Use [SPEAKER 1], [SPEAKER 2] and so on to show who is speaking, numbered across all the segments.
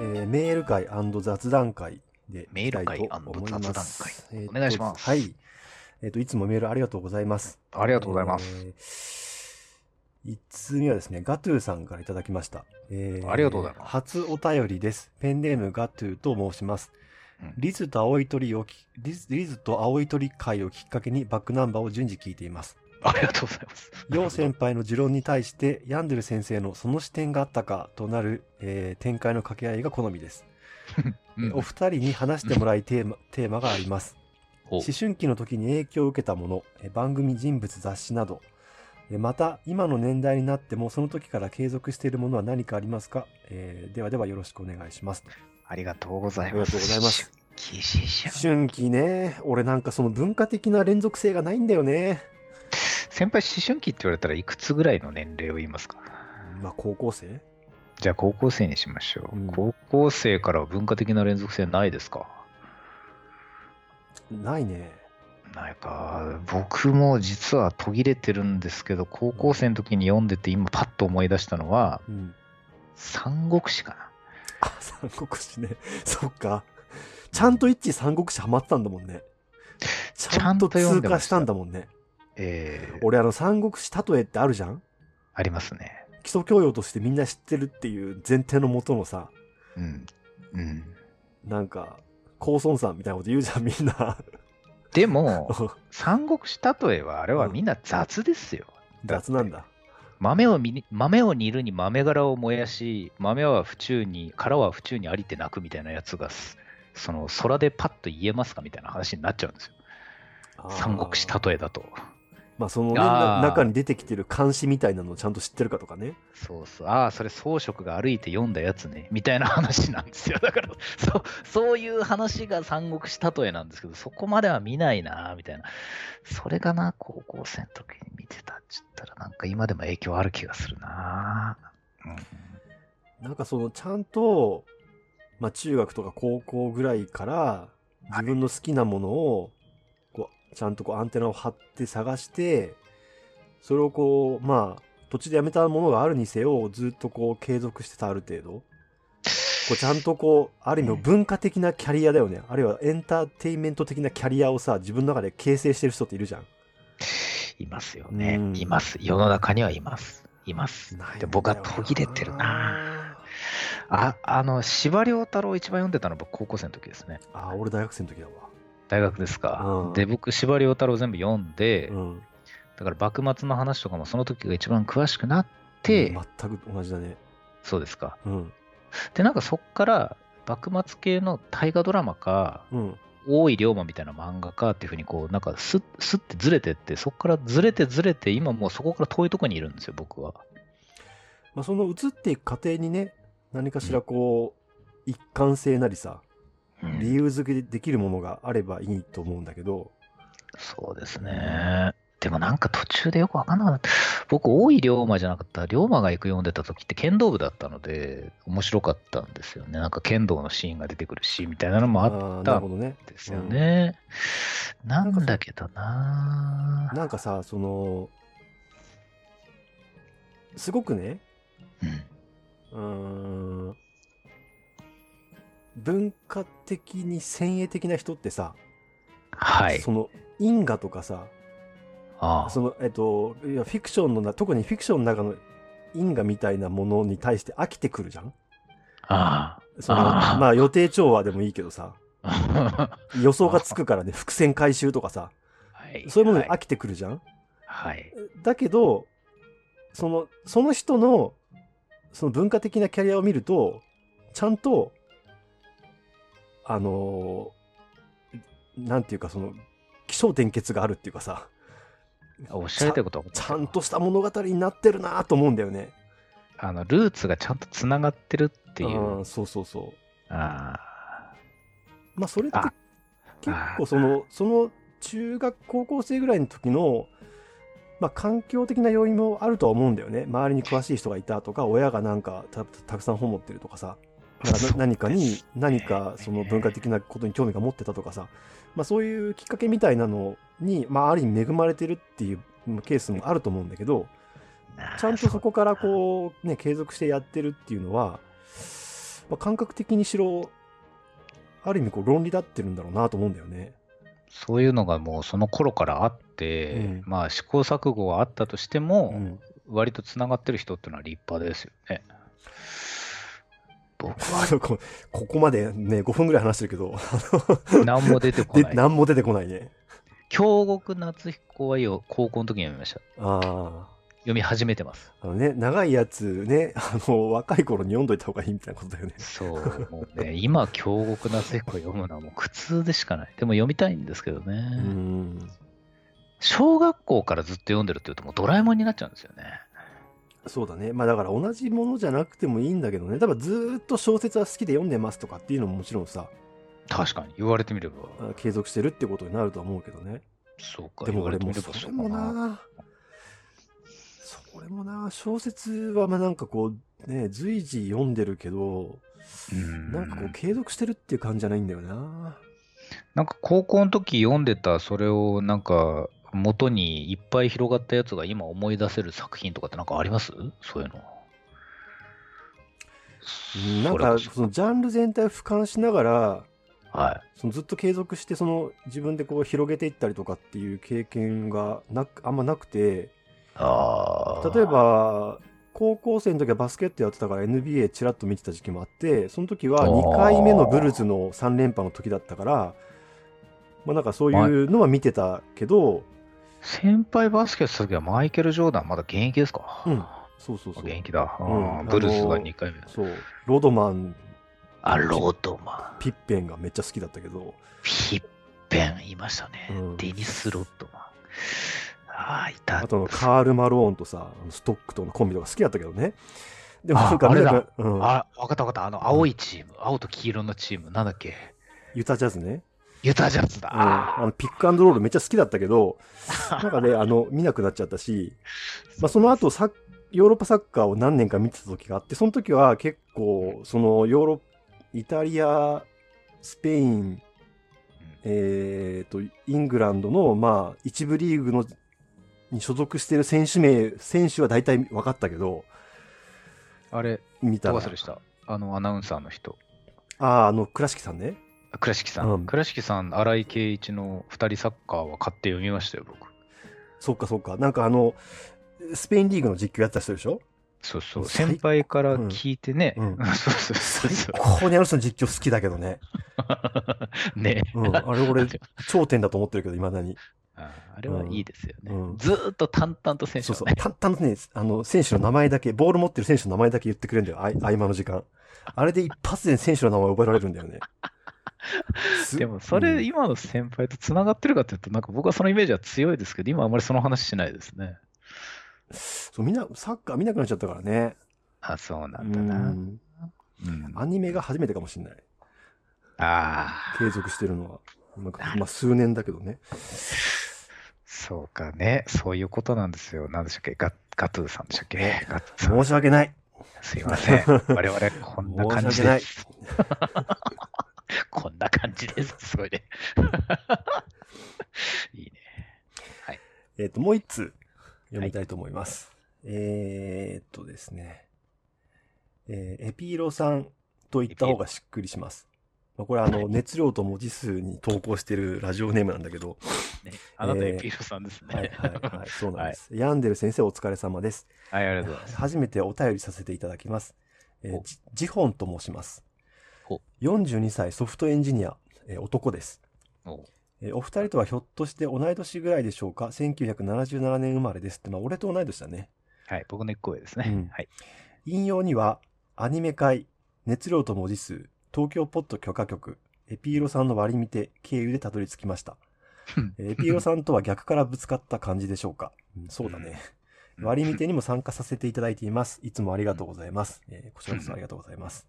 [SPEAKER 1] えーメール会雑談会で
[SPEAKER 2] メール会
[SPEAKER 1] いきたいと思います
[SPEAKER 2] 雑談会
[SPEAKER 1] えーと
[SPEAKER 2] お願いします
[SPEAKER 1] はい。えっ、と、いつもメールありがとうございます。
[SPEAKER 2] ありがとうございます。
[SPEAKER 1] す。一通目はですね、ガトゥーさんからいただきました。え
[SPEAKER 2] ありがとうございます
[SPEAKER 1] 初お便りです。ペンネームガトゥーと申します。
[SPEAKER 2] うん
[SPEAKER 1] リズと青い鳥をきリズ、リズと青い鳥会をきっかけにバックナンバーを順次聞いています。
[SPEAKER 2] ありがとうございます。
[SPEAKER 1] 楊先輩の持論に対して、ヤンデル先生のその視点があったかとなる、えー展開の掛け合いが好みです。
[SPEAKER 2] うん
[SPEAKER 1] お二人に話してもらいテーマ テーマがあります。
[SPEAKER 2] お
[SPEAKER 1] 思春期の時に影響を受けたもの、え番組人物雑誌など、えまた今の年代になってもその時から継続しているものは何かありますか、えーではではよろしくお願いします。
[SPEAKER 2] ありがとうござ
[SPEAKER 1] あ
[SPEAKER 2] い
[SPEAKER 1] りが
[SPEAKER 2] ます。
[SPEAKER 1] とうございます。
[SPEAKER 2] キシシャ
[SPEAKER 1] 思春期ね、俺なんかその文化的な連続性がないんだよね。
[SPEAKER 2] 先輩、思春期って言われたらいくつぐらいの年齢を言いますか
[SPEAKER 1] まあ高校生
[SPEAKER 2] じゃあ高校生にしましょう。
[SPEAKER 1] うん
[SPEAKER 2] 高校生からは文化的な連続性ないですか
[SPEAKER 1] ないね。
[SPEAKER 2] ないか。僕も実は途切れてるんですけど、高校生の時に読んでて今パッと思い出したのは、
[SPEAKER 1] うん。
[SPEAKER 2] 三国志かな。
[SPEAKER 1] あ、 三国志ね。そっか。ちゃんと一致三国志ハマってたんだもんね。ちゃんと
[SPEAKER 2] ちゃ
[SPEAKER 1] 通
[SPEAKER 2] んと読んでま
[SPEAKER 1] 過
[SPEAKER 2] し
[SPEAKER 1] したたんだもんね。
[SPEAKER 2] えー、
[SPEAKER 1] 俺あの三国志例えってあるじゃん
[SPEAKER 2] ありますね。
[SPEAKER 1] 基礎教養としてみんな知ってるっていう前提のもとのさ、
[SPEAKER 2] うん。うん。
[SPEAKER 1] なんか、高孫さんみたいなこと言うじゃん、みん な。
[SPEAKER 2] で も、三国志例えはあれはみんな雑ですよ。
[SPEAKER 1] 雑なんだ。
[SPEAKER 2] 豆を見に豆を煮るに豆殻を燃やし豆は府中に殻は府中にありて泣くみたいなやつがすその空でパッと言えますかみたいな話になっちゃうんですよ
[SPEAKER 1] あー
[SPEAKER 2] 三国志例えだと
[SPEAKER 1] まあ、そのね、
[SPEAKER 2] あー
[SPEAKER 1] な中に出てきてる監視みたいなのをちゃんと知ってるかとかね。
[SPEAKER 2] そうそうああそれ装飾が歩いて読んだやつねみたいな話なんですよだからそうそういう話が三国志例えなんですけどそこまでは見ないなみたいなそれがな高校生の時に見てたっちったらなんか今でも影響ある気がするなうん
[SPEAKER 1] なんかその、ちゃんと、まあ、中学とか高校ぐらいから、自分の好きなものを、こう、ちゃんとこうアンテナを張って探して、それをこう、まあ、途中でやめたものがあるにせよ、ずっとこう継続してたある程度。こうちゃんとこう、ある意味の文化的なキャリアだよね。あるいはエンターテインメント的なキャリアをさ、自分の中で形成してる人っているじゃん。
[SPEAKER 2] いますよね
[SPEAKER 1] う。ん
[SPEAKER 2] います。世の中にはいます。います。
[SPEAKER 1] ないんだよな
[SPEAKER 2] で僕は途切れてるな。あ、あの、司馬遼太郎一番読んでたのは僕高校生の時ですね。
[SPEAKER 1] ああ、俺大学生の時だわ。
[SPEAKER 2] 大学ですか
[SPEAKER 1] う。ん
[SPEAKER 2] で、僕、司馬遼太郎全部読んで、
[SPEAKER 1] うん。
[SPEAKER 2] だから幕末の話とかもその時が一番詳しくなって、
[SPEAKER 1] 全く同じだね。
[SPEAKER 2] そうですか。
[SPEAKER 1] うん。
[SPEAKER 2] で、なんかそっから、幕末系の大河ドラマか、
[SPEAKER 1] うん。
[SPEAKER 2] 大井龍馬みたいな漫画かっていうふうに、こう、なんかスッ、スッてずれてって、そっからずれてずれて、今もうそこから遠いとこにいるんですよ、僕は。
[SPEAKER 1] まあ、その移っていく過程にね、何かしらこう、一貫性なりさ、
[SPEAKER 2] うん
[SPEAKER 1] 理由付けでできるものがあればいいと思うんだけど、
[SPEAKER 2] そうですね。でもなんか途中でよくわかんなかった。僕、大井龍馬じゃなかった。龍馬が行く読んでた時って剣道部だったので、面白かったんですよね。なんか剣道のシーンが出てくるし、みたいなのもあっ
[SPEAKER 1] あーなるほどね。
[SPEAKER 2] たんですよね。な
[SPEAKER 1] うん
[SPEAKER 2] んだけどな
[SPEAKER 1] なんかさ、その、すごくね、
[SPEAKER 2] うん。
[SPEAKER 1] うーん、文化的に先鋭的な人ってさ、
[SPEAKER 2] はい。
[SPEAKER 1] その、因果とかさ、
[SPEAKER 2] あ
[SPEAKER 1] その、えっと、いやフィクションのな、特にフィクションの中の因果みたいなものに対して飽きてくるじゃん
[SPEAKER 2] あ。あ
[SPEAKER 1] その
[SPEAKER 2] あー
[SPEAKER 1] まあ予定調和でもいいけどさ、
[SPEAKER 2] あ。
[SPEAKER 1] 予想がつくからね、伏線回収とかさ、
[SPEAKER 2] はい
[SPEAKER 1] そういうものに
[SPEAKER 2] はい
[SPEAKER 1] 飽きてくるじゃん、
[SPEAKER 2] はい。
[SPEAKER 1] だけど、その、その人の、その文化的なキャリアを見ると、ちゃんと、あのーなんていうかその、気象転結があるっていうかさ、
[SPEAKER 2] おっしゃりたいことは
[SPEAKER 1] ちゃんとした物語になってるなと思うんだよね。
[SPEAKER 2] あの、ルーツがちゃんとつながってるっていうう。
[SPEAKER 1] んそうそうそう。
[SPEAKER 2] あ
[SPEAKER 1] まあそれって
[SPEAKER 2] あ
[SPEAKER 1] 結構そのその中学高校生ぐらいの時のまあ環境的な要因もあるとは思うんだよね周りに詳しい人がいたとか親がなんかたたくさん本持ってるとかさなんかな
[SPEAKER 2] そう
[SPEAKER 1] 何かに何かその文化的なことに興味が持ってたとかさ、まあ、そういうきっかけみたいなのに、まあ、ある意味恵まれてるっていうケースもあると思うんだけど
[SPEAKER 2] あ。
[SPEAKER 1] ちゃんとそこからこうね継続してやってるっていうのはまあ、感覚的にしろ、ある意味こう論理立ってるんだろうなと思うんだよね。
[SPEAKER 2] そういうのがもうその頃からあって、
[SPEAKER 1] うん
[SPEAKER 2] まあ試行錯誤はあったとしても、
[SPEAKER 1] うん。
[SPEAKER 2] 割とつながってる人っていうのは立派ですよね。 僕
[SPEAKER 1] こここまでね、5分ぐらい話してるけど、
[SPEAKER 2] 何も出てこ
[SPEAKER 1] で
[SPEAKER 2] ない。
[SPEAKER 1] 何も出てこないね。
[SPEAKER 2] 京極夏彦はよ高校の時に読みました。
[SPEAKER 1] ああ。
[SPEAKER 2] 読み始めてます。
[SPEAKER 1] あのね、長いやつね、あの、若い頃に読んどいた方がいいみたいなことだよね。
[SPEAKER 2] そう、もうね、今、京極夏彦読むのはもう苦痛でしかない。でも読みたいんですけどね。
[SPEAKER 1] うん。
[SPEAKER 2] 小学校からずっと読んでるっていうと、もうドラえもんになっちゃうんですよね。
[SPEAKER 1] そうだね。まあだから同じものじゃなくてもいいんだけどね。だからずーっと小説は好きで読んでますとかっていうのももちろんさ、
[SPEAKER 2] 確かに、言われてみれば。
[SPEAKER 1] あ継続してるってことになるとは思うけどね。
[SPEAKER 2] そうか、
[SPEAKER 1] で
[SPEAKER 2] 言
[SPEAKER 1] も
[SPEAKER 2] わ
[SPEAKER 1] 俺
[SPEAKER 2] れて
[SPEAKER 1] も
[SPEAKER 2] み
[SPEAKER 1] う
[SPEAKER 2] れ
[SPEAKER 1] そ
[SPEAKER 2] ば
[SPEAKER 1] れ
[SPEAKER 2] そう
[SPEAKER 1] も
[SPEAKER 2] かな。
[SPEAKER 1] な、それもな、小説はまあなんかこう、ね、随時読んでるけど、
[SPEAKER 2] うん
[SPEAKER 1] なんかこう継続してるっていう感じじゃないんだよな。
[SPEAKER 2] なんか高校の時読んでたそれをなんか元にいっぱい広がったやつが今思い出せる作品とかってなんかありますそういうの。
[SPEAKER 1] うんなん
[SPEAKER 2] それ
[SPEAKER 1] か
[SPEAKER 2] こそ
[SPEAKER 1] そのジャンル全体を俯瞰しながら、
[SPEAKER 2] はい。
[SPEAKER 1] そのずっと継続してその自分でこう広げていったりとかっていう経験がなくあんまなくて、
[SPEAKER 2] あー
[SPEAKER 1] 例え、ば高校生の時はバスケットやってたから NBA ちらっと見てた時期もあってその時は
[SPEAKER 2] あー
[SPEAKER 1] 2回目のブルズの3連覇の時だったからまあなんかそういうのは見てたけど、
[SPEAKER 2] 先輩バスケした時はマイケル・ジョーダンまだ現役ですか
[SPEAKER 1] うんそうそうそう
[SPEAKER 2] 現役だ。あ
[SPEAKER 1] うん
[SPEAKER 2] ーブルース
[SPEAKER 1] あ
[SPEAKER 2] が
[SPEAKER 1] の
[SPEAKER 2] 2回目。
[SPEAKER 1] そうロドマン
[SPEAKER 2] あ、ロードマン。
[SPEAKER 1] ピッペンがめっちゃ好きだったけど
[SPEAKER 2] ピッペン、いましたね。
[SPEAKER 1] うん
[SPEAKER 2] デニス・ロッドマン。ああ、いた。
[SPEAKER 1] あとあのカール・マローンとさあのストックとのコンビとか好きだったけどねでもなんか
[SPEAKER 2] ああれだ
[SPEAKER 1] なんかうん
[SPEAKER 2] あ、わかったわかった。あの、青いチーム、青と黄色のチーム、なんだっけ。
[SPEAKER 1] ユタジャズね、
[SPEAKER 2] ユタジャズだ。
[SPEAKER 1] うん、あのピックアンドロールめっちゃ好きだったけどなんかね、あの、見なくなっちゃったし、まあ、その後サッ、ヨーロッパサッカーを何年か見てた時があって、その時は結構、その、ヨーロッイタリア、スペイン、えー、と、イングランドの、まあ、一部リーグの、に所属してる選手名、選手は大体分かったけど、
[SPEAKER 2] あれ、
[SPEAKER 1] 見た
[SPEAKER 2] ど
[SPEAKER 1] ら。
[SPEAKER 2] う忘れした。あの、アナウンサーの人。
[SPEAKER 1] ああ、あの、倉敷さんね。
[SPEAKER 2] 倉敷さ
[SPEAKER 1] うん
[SPEAKER 2] ん。倉敷さん、荒井圭一の二人サッカーは買って読みましたよ、僕。
[SPEAKER 1] そっかそっか。なんかあの、スペインリーグの実況やってた人でしょ
[SPEAKER 2] そうそう。
[SPEAKER 1] 最
[SPEAKER 2] 先輩から聞いてね。
[SPEAKER 1] うん
[SPEAKER 2] そうそうそうそ
[SPEAKER 1] 最高にあの人の実況好きだけどね。
[SPEAKER 2] う。ね
[SPEAKER 1] うん。あれ俺、頂点だと思ってるけど、いまだに。
[SPEAKER 2] ああれはいいですよね。
[SPEAKER 1] うん
[SPEAKER 2] ずーっと淡々と選手
[SPEAKER 1] そう
[SPEAKER 2] を
[SPEAKER 1] そう
[SPEAKER 2] ね。。
[SPEAKER 1] 淡々とね、あの、選手の名前だけ、ボール持ってる選手の名前だけ言ってくれるんだよ、あい合間の時間。あれで一発で選手の名前覚えられるんだよ ね。す
[SPEAKER 2] でもそれ、
[SPEAKER 1] うん
[SPEAKER 2] 今の先輩とつながってるかというと、なんか僕はそのイメージは強いですけど、今あんまりその話しないですね。
[SPEAKER 1] そう、みんな、サッカー見なくなっちゃったからね。
[SPEAKER 2] あ、そうな
[SPEAKER 1] うん
[SPEAKER 2] だな。うん
[SPEAKER 1] ん。アニメが初めてかもしれない。
[SPEAKER 2] ああ、
[SPEAKER 1] 継続してるのは。なんかまあ、数年だけどね。
[SPEAKER 2] そうかね。そういうことなんですよ。なんでしたっけガガトゥーさんでしたっけガトゥーさん。
[SPEAKER 1] 申し訳ない。
[SPEAKER 2] すいません。我々こんな感じです。 こんな感じです。すごいね。いいね。
[SPEAKER 1] えっ、と、もう一通読みたいと思います。えーっとですね。えーエピーロさんと言った方がしっくりします。まあ、これあの、熱量と文字数に投稿してるラジオネームなんだけど、
[SPEAKER 2] ねあなた
[SPEAKER 1] えー
[SPEAKER 2] エピールさんですね。
[SPEAKER 1] はいはい はい、そうなんです。ヤンデル先生お疲れ様です。
[SPEAKER 2] はい、ありがとうございます。
[SPEAKER 1] 初めてお便りさせていただきます。えー
[SPEAKER 2] お
[SPEAKER 1] じジホンと申します
[SPEAKER 2] お。
[SPEAKER 1] 42歳ソフトエンジニア、えー男です。
[SPEAKER 2] お
[SPEAKER 1] えーお二人とはひょっとして同い年ぐらいでしょうか ?1977 年生まれですって、まあ俺と同い年だ ね。
[SPEAKER 2] はい、僕の一個上です
[SPEAKER 1] うん
[SPEAKER 2] ね。はい。
[SPEAKER 1] 引用には、アニメ界、熱量と文字数、東京ポッド許可局、エピーロさんの割り見て経由でたどり着きま した。えーエピーロさんとは逆からぶつかった感じでしょうか、うんそうだね。
[SPEAKER 2] うん
[SPEAKER 1] 割り見てにも参加させていただいています。いつもありがとうございます。えーこちらこそありがとうございます。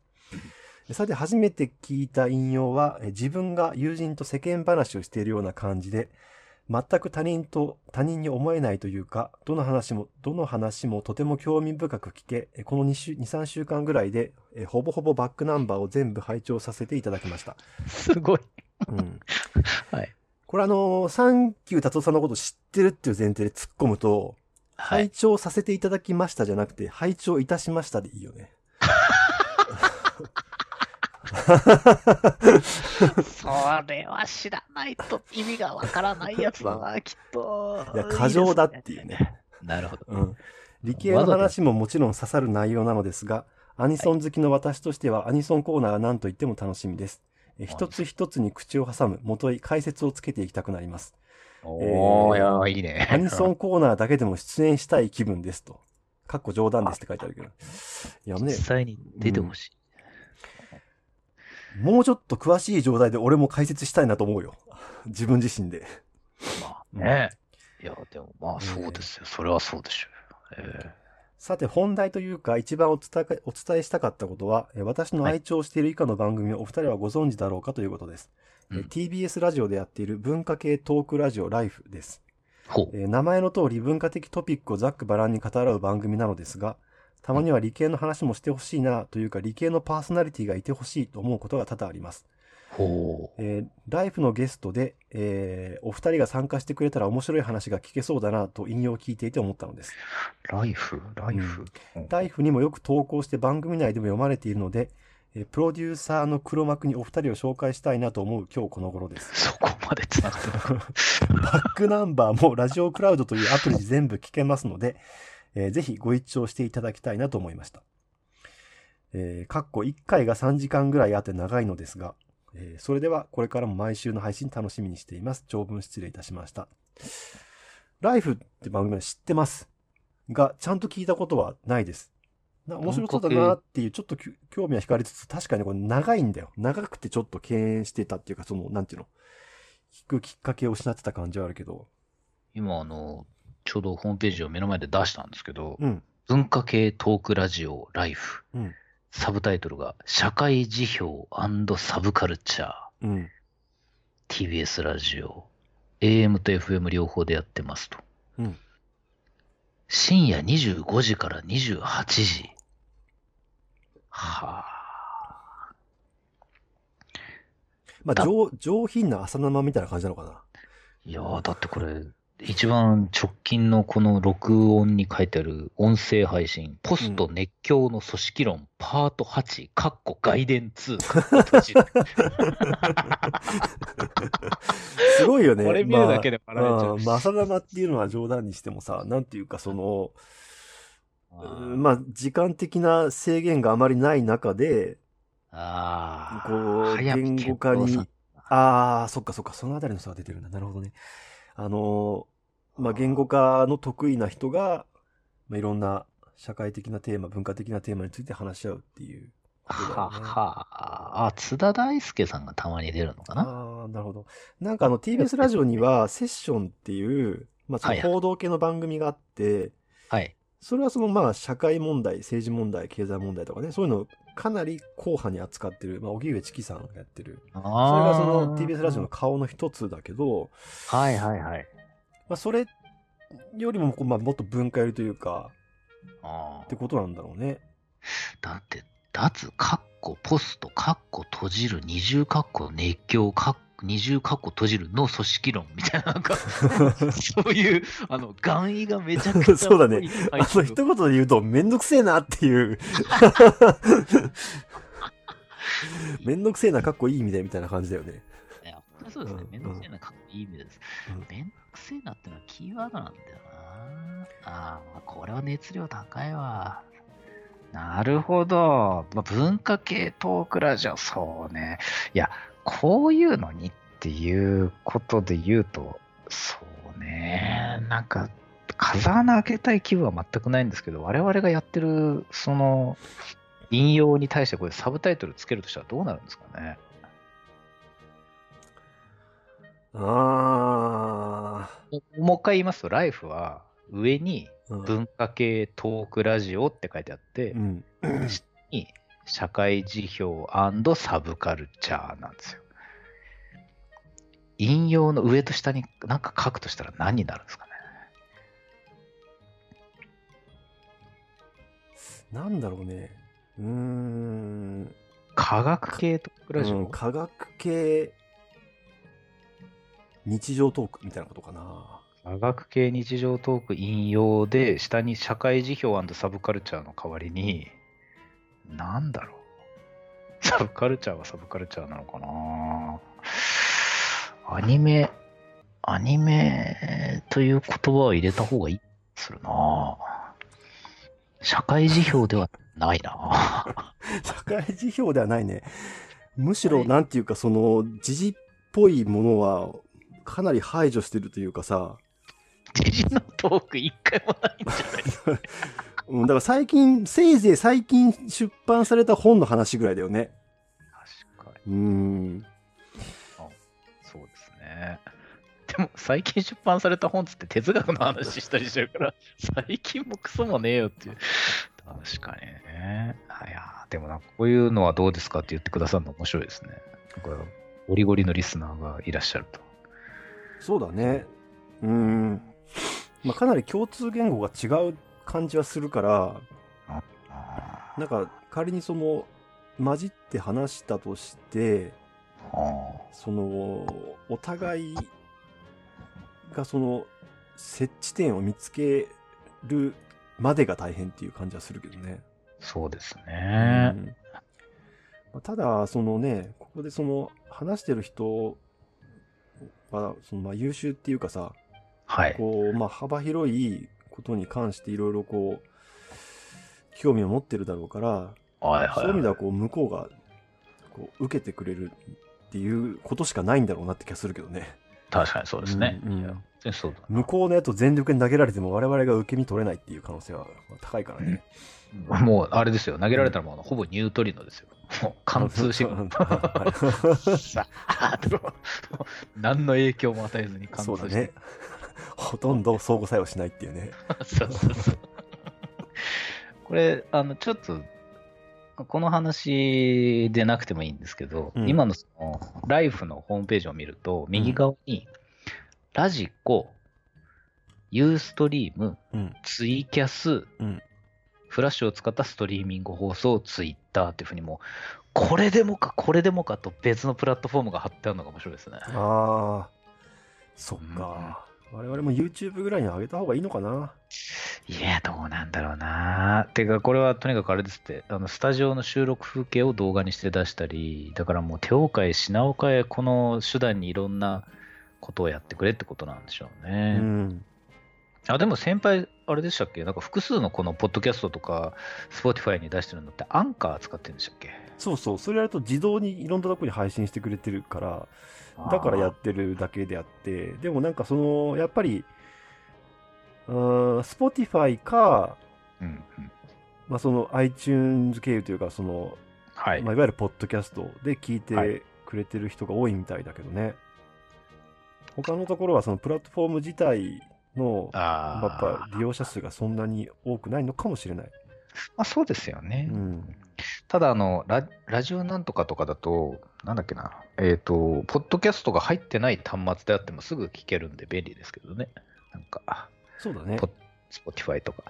[SPEAKER 1] さて、初めて聞いた引用は、えー自分が友人と世間話をしているような感じで、全く他人と他人に思えないというか、どの話も、どの話もとても興味深く聞け、えーこの2週、2、3週間ぐらいで、えーほぼほぼバックナンバーを全部拝聴させていただきました。
[SPEAKER 2] すごい。
[SPEAKER 1] うん。
[SPEAKER 2] はい。
[SPEAKER 1] これあのーサンキュー達夫さんのこと知ってるっていう前提で突っ込むと、
[SPEAKER 2] は
[SPEAKER 1] 拝
[SPEAKER 2] い。
[SPEAKER 1] 聴させていただきましたじゃなくて、拝聴いたしましたでいいよね。
[SPEAKER 2] それは知らないと意味がわからないやつ だな、きっと。
[SPEAKER 1] いや、過剰だっていう
[SPEAKER 2] いいで
[SPEAKER 1] ね。
[SPEAKER 2] すね。なるほど。
[SPEAKER 1] うん。理系の話ももちろん刺さる内容なのですが、アニソン好きの私としては、アニソンコーナーは何と言っても楽しみです。え一つ一つに口を挟む、元い解説をつけていきたくなります。
[SPEAKER 2] おー、
[SPEAKER 1] え
[SPEAKER 2] いやいいね。
[SPEAKER 1] アニソンコーナーだけでも出演したい気分ですと。かっこ冗談ですって書いてあるけど。いや
[SPEAKER 2] 実
[SPEAKER 1] ね、
[SPEAKER 2] 際に出てほしい。
[SPEAKER 1] もうちょっと詳しい状態で俺も解説したいなと思うよ。自分自身で。
[SPEAKER 2] ま
[SPEAKER 1] う
[SPEAKER 2] あ
[SPEAKER 1] ん
[SPEAKER 2] ね。いや、でもまあ
[SPEAKER 1] ん
[SPEAKER 2] そうですよ。それはそうでしょう。え
[SPEAKER 1] さて、本題というか、一番お伝えお伝えしたかったことは、えー私の愛聴している以下の番組をお二人はご存知だろうかということです。えー
[SPEAKER 2] うん
[SPEAKER 1] TBS ラジオでやっている文化系トークラジオライフです。
[SPEAKER 2] ーほう。
[SPEAKER 1] えー名前の通り文化的トピックをざっくばらんに語らう番組なのですが、たまには理系の話もしてほしいなというか、理系のパーソナリティがいてほしいと思うことが多々あります。
[SPEAKER 2] ほ
[SPEAKER 1] えーライフのゲストで、えーお二人が参加してくれたら面白い話が聞けそうだなと引用を聞いていて思ったのです。
[SPEAKER 2] う。ライフライフ。うん
[SPEAKER 1] ライフにもよく投稿して番組内でも読まれているので、えープロデューサーの黒幕にお二人を紹介したいなと思う今日この頃です。
[SPEAKER 2] そこまで繋がってる。
[SPEAKER 1] バックナンバーもラジオクラウドというアプリで全部聞けますので、えーぜひご一聴していただきたいなと思いました。えー、かっこ1回が3時間ぐらいあって長いのですが、えーそれではこれからも毎週の配信楽しみにしています。長文失礼いたしました。ライフって番組は知ってます。が、ちゃんと聞いたことはないです。な面白そうだなっていう、ちょっときゅ興味は惹かれつつ、確かにこれ長いんだよ。長くてちょっと敬遠してたっていうか、その、なんていうの。聞くきっかけを失ってた感じはあるけど。
[SPEAKER 2] 今、あの、ちょうどホームページを目の前で出したんですけど、
[SPEAKER 1] うん。
[SPEAKER 2] 文化系トークラジオライフ。
[SPEAKER 1] うん
[SPEAKER 2] サブタイトルが、社会辞表サブカルチャー。
[SPEAKER 1] うん。
[SPEAKER 2] TBS ラジオ、AM と FM 両方でやってますと。
[SPEAKER 1] うん
[SPEAKER 2] 深夜25時から28時。は
[SPEAKER 1] まあ、
[SPEAKER 2] だ
[SPEAKER 1] 上、上品な朝生みたいな感じなのかな。
[SPEAKER 2] ぁ。いやーだってこれ、一番直近のこの録音に書いてある音声配信、ポスト熱狂の組織論、パート8、カッコ外伝2、カッコ閉じ
[SPEAKER 1] すごいよね。
[SPEAKER 2] これ見るだけで
[SPEAKER 1] ま
[SPEAKER 2] 笑えちゃ
[SPEAKER 1] あ
[SPEAKER 2] う
[SPEAKER 1] うん
[SPEAKER 2] し
[SPEAKER 1] まあ、朝生っていうのは冗談にしてもさ、なんていうかその、うん
[SPEAKER 2] あ
[SPEAKER 1] まあ、時間的な制限があまりない中で、
[SPEAKER 2] あー。
[SPEAKER 1] こう、
[SPEAKER 2] 早見
[SPEAKER 1] 言語化
[SPEAKER 2] 健三さ
[SPEAKER 1] に
[SPEAKER 2] ん、
[SPEAKER 1] ああ、そっかそっか、そのあたりの差が出てるんだ。なるほどね。あのー、まあ、言語化の得意な人が、まあ、いろんな社会的なテーマ、文化的なテーマについて話し合うっていうことだよね。
[SPEAKER 2] ははあ、津田大介さんがたまに出るのかな
[SPEAKER 1] ああ、なるほど。なんかあの TBS ラジオに はセッションっていう、まあその
[SPEAKER 2] はいはい
[SPEAKER 1] 報道系の番組があって、
[SPEAKER 2] はい。
[SPEAKER 1] それはそのまあ社会問題、政治問題、経済問題とかね、そういうのをかなり後派に扱ってる、まあ荻上チキさんがやってる。
[SPEAKER 2] そ
[SPEAKER 1] それ
[SPEAKER 2] れ
[SPEAKER 1] がその TBS ラジオの。顔の一つだけど、
[SPEAKER 2] はいはいはい。
[SPEAKER 1] まあそれよりもこう、まあ、もっと文化寄りというか、
[SPEAKER 2] あ
[SPEAKER 1] って
[SPEAKER 2] ー
[SPEAKER 1] ことなんだろうね。
[SPEAKER 2] だって、脱カッコポストカッコ閉じる二重カッコ熱狂カッコ二重カッコ閉じるの組織論みたいな、な んか、そういう、あの、願意がめちゃくちゃ。
[SPEAKER 1] そうだね。
[SPEAKER 2] あ
[SPEAKER 1] あの一言で言うとめんどくせえなって いう。めんどくせえな、かっこいい意味でみたいな感じだよね。
[SPEAKER 2] そうですね
[SPEAKER 1] う。ん
[SPEAKER 2] めんどくせえな、かっこいい意味です
[SPEAKER 1] うん。
[SPEAKER 2] めんどくせえなってのはキーワードなんだよな。ああ、これは熱量高いわ。なるほど。まあ、文化系トークラジオ、そうね。いや、こういうのにっていうことで言うと、そうね。なんか、風穴開けたい気分は全くないんですけど、我々がやってる、その、引用に対してこれサブタイトルつけるとしたらどうなるんですかね。
[SPEAKER 1] ああ。
[SPEAKER 2] もう一回言いますと、ライフは上に
[SPEAKER 1] うん
[SPEAKER 2] 文化系トークラジオって書いてあって
[SPEAKER 1] う、ん。
[SPEAKER 2] に社会辞表サブカルチャーなんですよ。引用の上と下に何か書くとしたら何になるんですかね。
[SPEAKER 1] なんだろうね。うーん。
[SPEAKER 2] 科学系トークラジオ、
[SPEAKER 1] うん科学系、日常トークみたいなことかな。
[SPEAKER 2] 科学系日常トーク引用で、下に社会辞表サブカルチャーの代わりに、なんだろう。サブカルチャーはサブカルチャーなのかなアニメ、アニメという言葉を入れた方がいい気がするな社会辞表ではない な
[SPEAKER 1] 社会辞表ではないね。むしろ、なんていうか、その、時事っぽいものは、かなり排除してるというかさ、
[SPEAKER 2] 時事のトーク一回もないんじゃないですか
[SPEAKER 1] うん、だから最近、せいぜい最近出版された本の話ぐらいだよね。
[SPEAKER 2] 確かに。
[SPEAKER 1] うん。
[SPEAKER 2] そうですね。でも最近出版された本つって哲学の話したりしちゃうから、最近もクソもねえよっていう。確かにね。あいやーでもなんかこういうのはどうですかって言ってくださるの面白いですね。なんかゴリゴリのリスナーがいらっしゃると。
[SPEAKER 1] そうだね。うん。まあ、かなり共通言語が違う感じはするから、
[SPEAKER 2] あ
[SPEAKER 1] なんか、仮にその、混じって話したとして、
[SPEAKER 2] ーあ
[SPEAKER 1] その、お互いがその、設置点を見つけるまでが大変っていう感じはするけどね。
[SPEAKER 2] ーそうです
[SPEAKER 1] う
[SPEAKER 2] ね。
[SPEAKER 1] んまあただ、そのね、ここでその、話してる人は、そのまあ優秀っていうかさ、
[SPEAKER 2] はい。
[SPEAKER 1] こう、まあ幅広いことに関していろいろこう、興味を持ってるだろうから、
[SPEAKER 2] はい
[SPEAKER 1] そういう意
[SPEAKER 2] は
[SPEAKER 1] 味
[SPEAKER 2] い
[SPEAKER 1] ではこう向こうがこう受けてくれるっていうことしかないんだろうなって気がするけどね。
[SPEAKER 2] 確かにそうですね。
[SPEAKER 1] うんうん
[SPEAKER 2] いや本当にそうだな。
[SPEAKER 1] 向こうのやつを全力に投げられても我々が受け身取れないっていう可能性は高いからね。
[SPEAKER 2] もうあれですよ。投げられたらもうほぼニュートリノですよ。もう貫 通し
[SPEAKER 1] はい
[SPEAKER 2] さあ、でも 何の影響も与えずに貫
[SPEAKER 1] そうだ
[SPEAKER 2] 通して
[SPEAKER 1] ね。ほとんど相互作用しないっていうね。
[SPEAKER 2] そうそうそう。これ、あの、ちょっと、この話でなくてもいいんですけど、
[SPEAKER 1] うん
[SPEAKER 2] 今のその、ライフのホームページを見ると、右側に、ラジコ、ユーストリーム、
[SPEAKER 1] うん。
[SPEAKER 2] ツイキャス、
[SPEAKER 1] うん
[SPEAKER 2] フラッシュを使ったストリーミング放送、ツイッターっていうふうにもう、これでもか、これでもかと別のプラットフォームが貼ってあるのが面白いですね。
[SPEAKER 1] ああ、そっか。我々も YouTube ぐらいに上げた方がいいのかな。
[SPEAKER 2] いや、どうなんだろうな。てか、これはとにかくあれですって、あのスタジオの収録風景を動画にして出したり、だからもう手を変え、品を変え、この手段にいろんなことをやってくれってことなんでしょう
[SPEAKER 1] う
[SPEAKER 2] ね。
[SPEAKER 1] ん。
[SPEAKER 2] あでも先輩、あれでしたっけなんか複数のこのポッドキャストとか、Spotify に出してるのって、アンカー使ってるんでしたっけ
[SPEAKER 1] そうそう。それやると自動にいろんなとこに配信してくれてるから、だからやってるだけであって、でもなんかその、やっぱり、うーん、Spotify か、
[SPEAKER 2] うんうん。
[SPEAKER 1] まあ、その iTunes 経由というか、その、
[SPEAKER 2] はい。
[SPEAKER 1] まあ、いわゆるポッドキャストで聞い
[SPEAKER 2] は
[SPEAKER 1] て
[SPEAKER 2] い
[SPEAKER 1] くれてる人が多いみたいだけどね。他のところはそのプラットフォーム自体の、やっ
[SPEAKER 2] あ
[SPEAKER 1] ぱ
[SPEAKER 2] ー
[SPEAKER 1] 利用者数がそんなに多くないのかもしれない。
[SPEAKER 2] まあ、そうですよね。
[SPEAKER 1] うん。
[SPEAKER 2] ただあのラ、ラジオなんとかとかだと、なんだっけな、えっ、と、ポッドキャストが入ってない端末であってもすぐ聞けるんで便利ですけどね。なんか、
[SPEAKER 1] そうだね。
[SPEAKER 2] ポッ Spotify とか。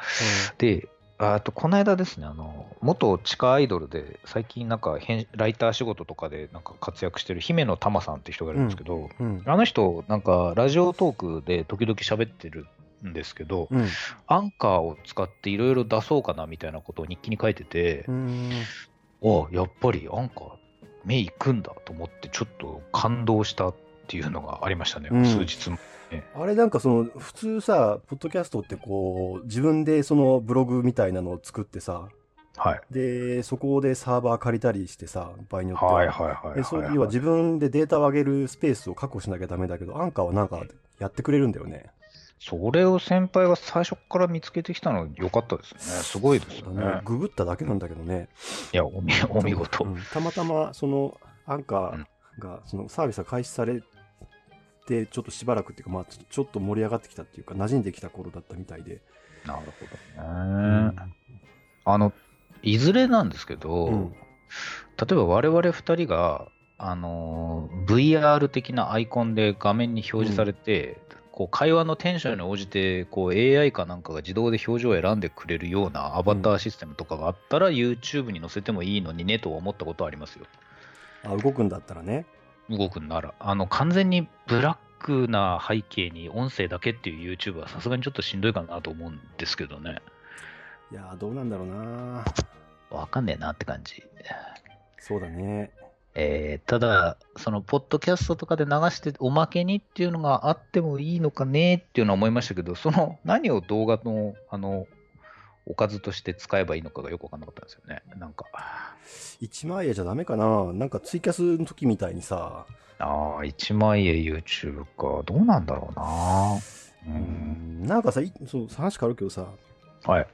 [SPEAKER 2] で、ああと、この間ですね、あの、元地下アイドルで、最近なんか編、ライター仕事とかでなんか活躍してる姫野玉さんって人がいるんですけど、
[SPEAKER 1] うん。うん。
[SPEAKER 2] あの人、なんか、ラジオトークで時々喋ってるんですけど、
[SPEAKER 1] うん。
[SPEAKER 2] アンカーを使っていろいろ出そうかなみたいなことを日記に書いてて、
[SPEAKER 1] うん。
[SPEAKER 2] あやっぱりアンカー目いくんだと思ってちょっと感動したっていうのがありましたね、
[SPEAKER 1] うん
[SPEAKER 2] 数日も
[SPEAKER 1] あれなんかその普通さ、ポッドキャストってこう自分でそのブログみたいなのを作ってさ、
[SPEAKER 2] はい
[SPEAKER 1] で、そこでサーバー借りたりしてさ、場合によっては。
[SPEAKER 2] はいはいはいはい
[SPEAKER 1] でそういう要は自分でデータを上げるスペースを確保しなきゃダメだけど、アンカーはなんかやってくれるんだよね。
[SPEAKER 2] それを先輩が最初から見つけてきたの良かったですねすごいですよね
[SPEAKER 1] あのググっただけなんだけどね。
[SPEAKER 2] いやおみお見事、
[SPEAKER 1] うんたまたまそのアンカーがそのサービスが開始されて、ちょっとしばらくっていうか、まあちょちょっと盛り上がってきたっていうか、馴染んできた頃だったみたいで。
[SPEAKER 2] なるほどね、あのいずれなんですけど、
[SPEAKER 1] うん
[SPEAKER 2] 例えば我々2人が、あのー VR 的なアイコンで画面に表示されて、こう会話のテンションに応じてこう AI かなんかが自動で表情を選んでくれるようなアバターシステムとかがあったら、YouTube に載せてもいいのにねとは思ったことはありますよ。
[SPEAKER 1] あ動くんだったらね。
[SPEAKER 2] 動くんなら。あの完全にブラックな背景に音声だけっていう YouTube はさすがにちょっとしんどいかなと思うんですけどね。
[SPEAKER 1] いやーどうなんだろうな
[SPEAKER 2] わかんねえなって感じ。
[SPEAKER 1] そうだね。
[SPEAKER 2] えーただ、その、ポッドキャストとかで流して、おまけにっていうのがあってもいいのかねっていうのは思いましたけど、その、何を動画の、あの、おかずとして使えばいいのかがよくわかんなかったんですよね。なんか、
[SPEAKER 1] 一枚絵じゃダメかななんかツイキャスの時みたいにさ、
[SPEAKER 2] ああ、一枚絵 YouTube か。どうなんだろうな。う。
[SPEAKER 1] うんん、なんかさ、いそう、話変わるけどさ、
[SPEAKER 2] はい。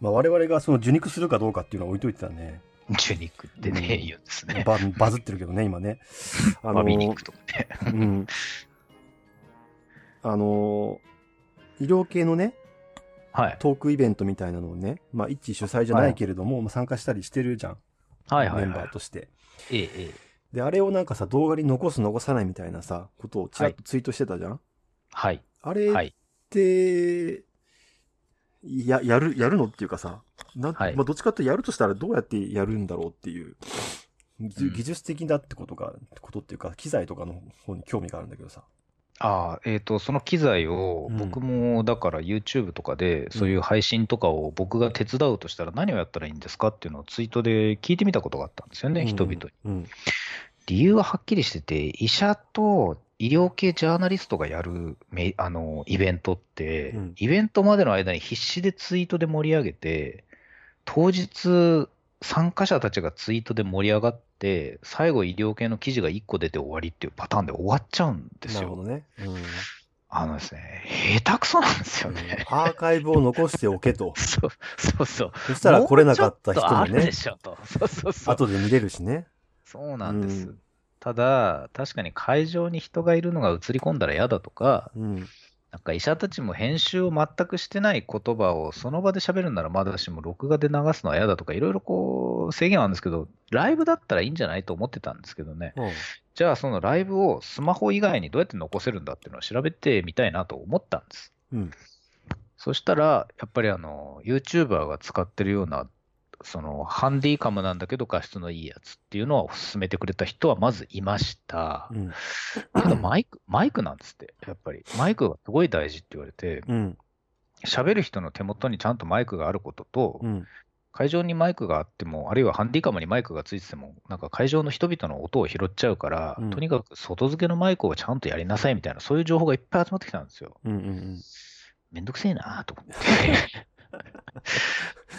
[SPEAKER 1] まあ、我々がその受肉するかどうかっていうのは置いといてたね。
[SPEAKER 2] ジュニックってね、言うんですね。
[SPEAKER 1] ババズってるけどね、今ね。あ
[SPEAKER 2] バビニックとかね。
[SPEAKER 1] うん。あのー医療系のね、
[SPEAKER 2] はい。
[SPEAKER 1] トークイベントみたいなのをね、まあ、一致主催じゃないけれども、まあ参加したりしてるじゃん。
[SPEAKER 2] はいはい
[SPEAKER 1] メン
[SPEAKER 2] は
[SPEAKER 1] バ
[SPEAKER 2] い
[SPEAKER 1] ー。として。
[SPEAKER 2] ええ、ええ。
[SPEAKER 1] で、あれをなんかさ、動画に残す残さないみたいなさ、ことをちらっとツイートしてたじゃん、
[SPEAKER 2] はい。
[SPEAKER 1] あれ
[SPEAKER 2] は
[SPEAKER 1] っ
[SPEAKER 2] い。
[SPEAKER 1] て、や、やる、やるのっていうかさ、なん
[SPEAKER 2] はい
[SPEAKER 1] まあ、どっちかっていうとやるとしたらどうやってやるんだろうっていう、技術
[SPEAKER 2] うん
[SPEAKER 1] 技術的だってことが、ことっていうか、機材とかの方に興味があるんだけどさ。
[SPEAKER 2] ああ、えっと、その機材を
[SPEAKER 1] うん、
[SPEAKER 2] 僕も、だから YouTube とかで、そういう配信とかを僕が手伝うとしたら何をやったらいいんですかっていうのをツイートで聞いてみたことがあったんですよね、人々に。
[SPEAKER 1] うん。うん。
[SPEAKER 2] 理由ははっきりしてて、医者と医療系ジャーナリストがやるめあのイベントって、
[SPEAKER 1] うん
[SPEAKER 2] イベントまでの間に必死でツイートで盛り上げて、当日、参加者たちがツイートで盛り上がって、最後、医療系の記事が1個出て終わりっていうパターンで終わっちゃうんです
[SPEAKER 1] なる
[SPEAKER 2] よ。
[SPEAKER 1] ほどね。うん。
[SPEAKER 2] あのですね、下手くそなんですよね。。
[SPEAKER 1] アーカイブを残しておけと
[SPEAKER 2] そうそうそう。
[SPEAKER 1] そしたら来れなかった人
[SPEAKER 2] も
[SPEAKER 1] も
[SPEAKER 2] うちょっとあ
[SPEAKER 1] ね
[SPEAKER 2] るで、しょと。そうそうそう。
[SPEAKER 1] 後で見れるしね。
[SPEAKER 2] そうなんです。
[SPEAKER 1] うん
[SPEAKER 2] ただ、確かに会場に人がいるのが映り込んだら嫌だとか、
[SPEAKER 1] うん。
[SPEAKER 2] なんか医者たちも編集を全くしてない言葉をその場で喋るならまだしも録画で流すのは嫌だとか、いろいろこう制限はあるんですけど、ライブだったらいいんじゃないと思ってたんですけどね。
[SPEAKER 1] うん
[SPEAKER 2] じゃあそのライブをスマホ以外にどうやって残せるんだっていうのを調べてみたいなと思ったんです。
[SPEAKER 1] うん
[SPEAKER 2] そしたら、やっぱりあの、YouTuber が使ってるような、そのハンディカムなんだけど画質のいいやつっていうのを勧めてくれた人はまずいました。
[SPEAKER 1] うん。
[SPEAKER 2] けどマイク、マイクなんですって、やっぱり。マイクがすごい大事って言われて、
[SPEAKER 1] うん。
[SPEAKER 2] 喋る人の手元にちゃんとマイクがあることと、
[SPEAKER 1] うん。
[SPEAKER 2] 会場にマイクがあっても、あるいはハンディカムにマイクがついてても、なんか会場の人々の音を拾っちゃうから、
[SPEAKER 1] うん
[SPEAKER 2] とにかく外付けのマイクをちゃんとやりなさいみたいな、そういう情報がいっぱい集まってきたんですよ。
[SPEAKER 1] うん。うん。
[SPEAKER 2] めんどくせえなと思って。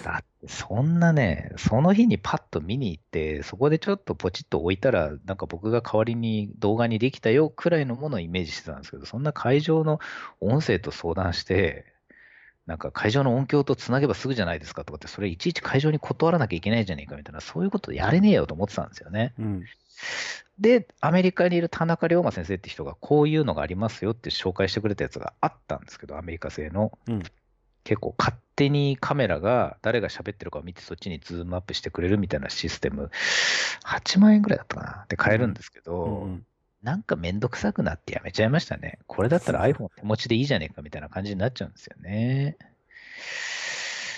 [SPEAKER 2] だってそんなね、その日にパッと見に行って、そこでちょっとポチッと置いたら、なんか僕が代わりに動画にできたよくらいのものをイメージしてたんですけど、そんな会場の音声と相談して、なんか会場の音響とつなげばすぐじゃないですかとかって、それいちいち会場に断らなきゃいけないじゃねえかみたいな、そういうことやれねえよと思ってたんですよね。
[SPEAKER 1] うん。
[SPEAKER 2] で、アメリカにいる田中龍馬先生って人が、こういうのがありますよって紹介してくれたやつがあったんですけど、アメリカ製の。
[SPEAKER 1] うん
[SPEAKER 2] 結構勝手にカメラが誰が喋ってるかを見てそっちにズームアップしてくれるみたいなシステム8万円ぐらいだったかなって買えるんですけど、
[SPEAKER 1] うん。
[SPEAKER 2] なんかめんどくさくなってやめちゃいましたねこれだったら iPhone 手持ちでいいじゃねえかみたいな感じになっちゃうんですよね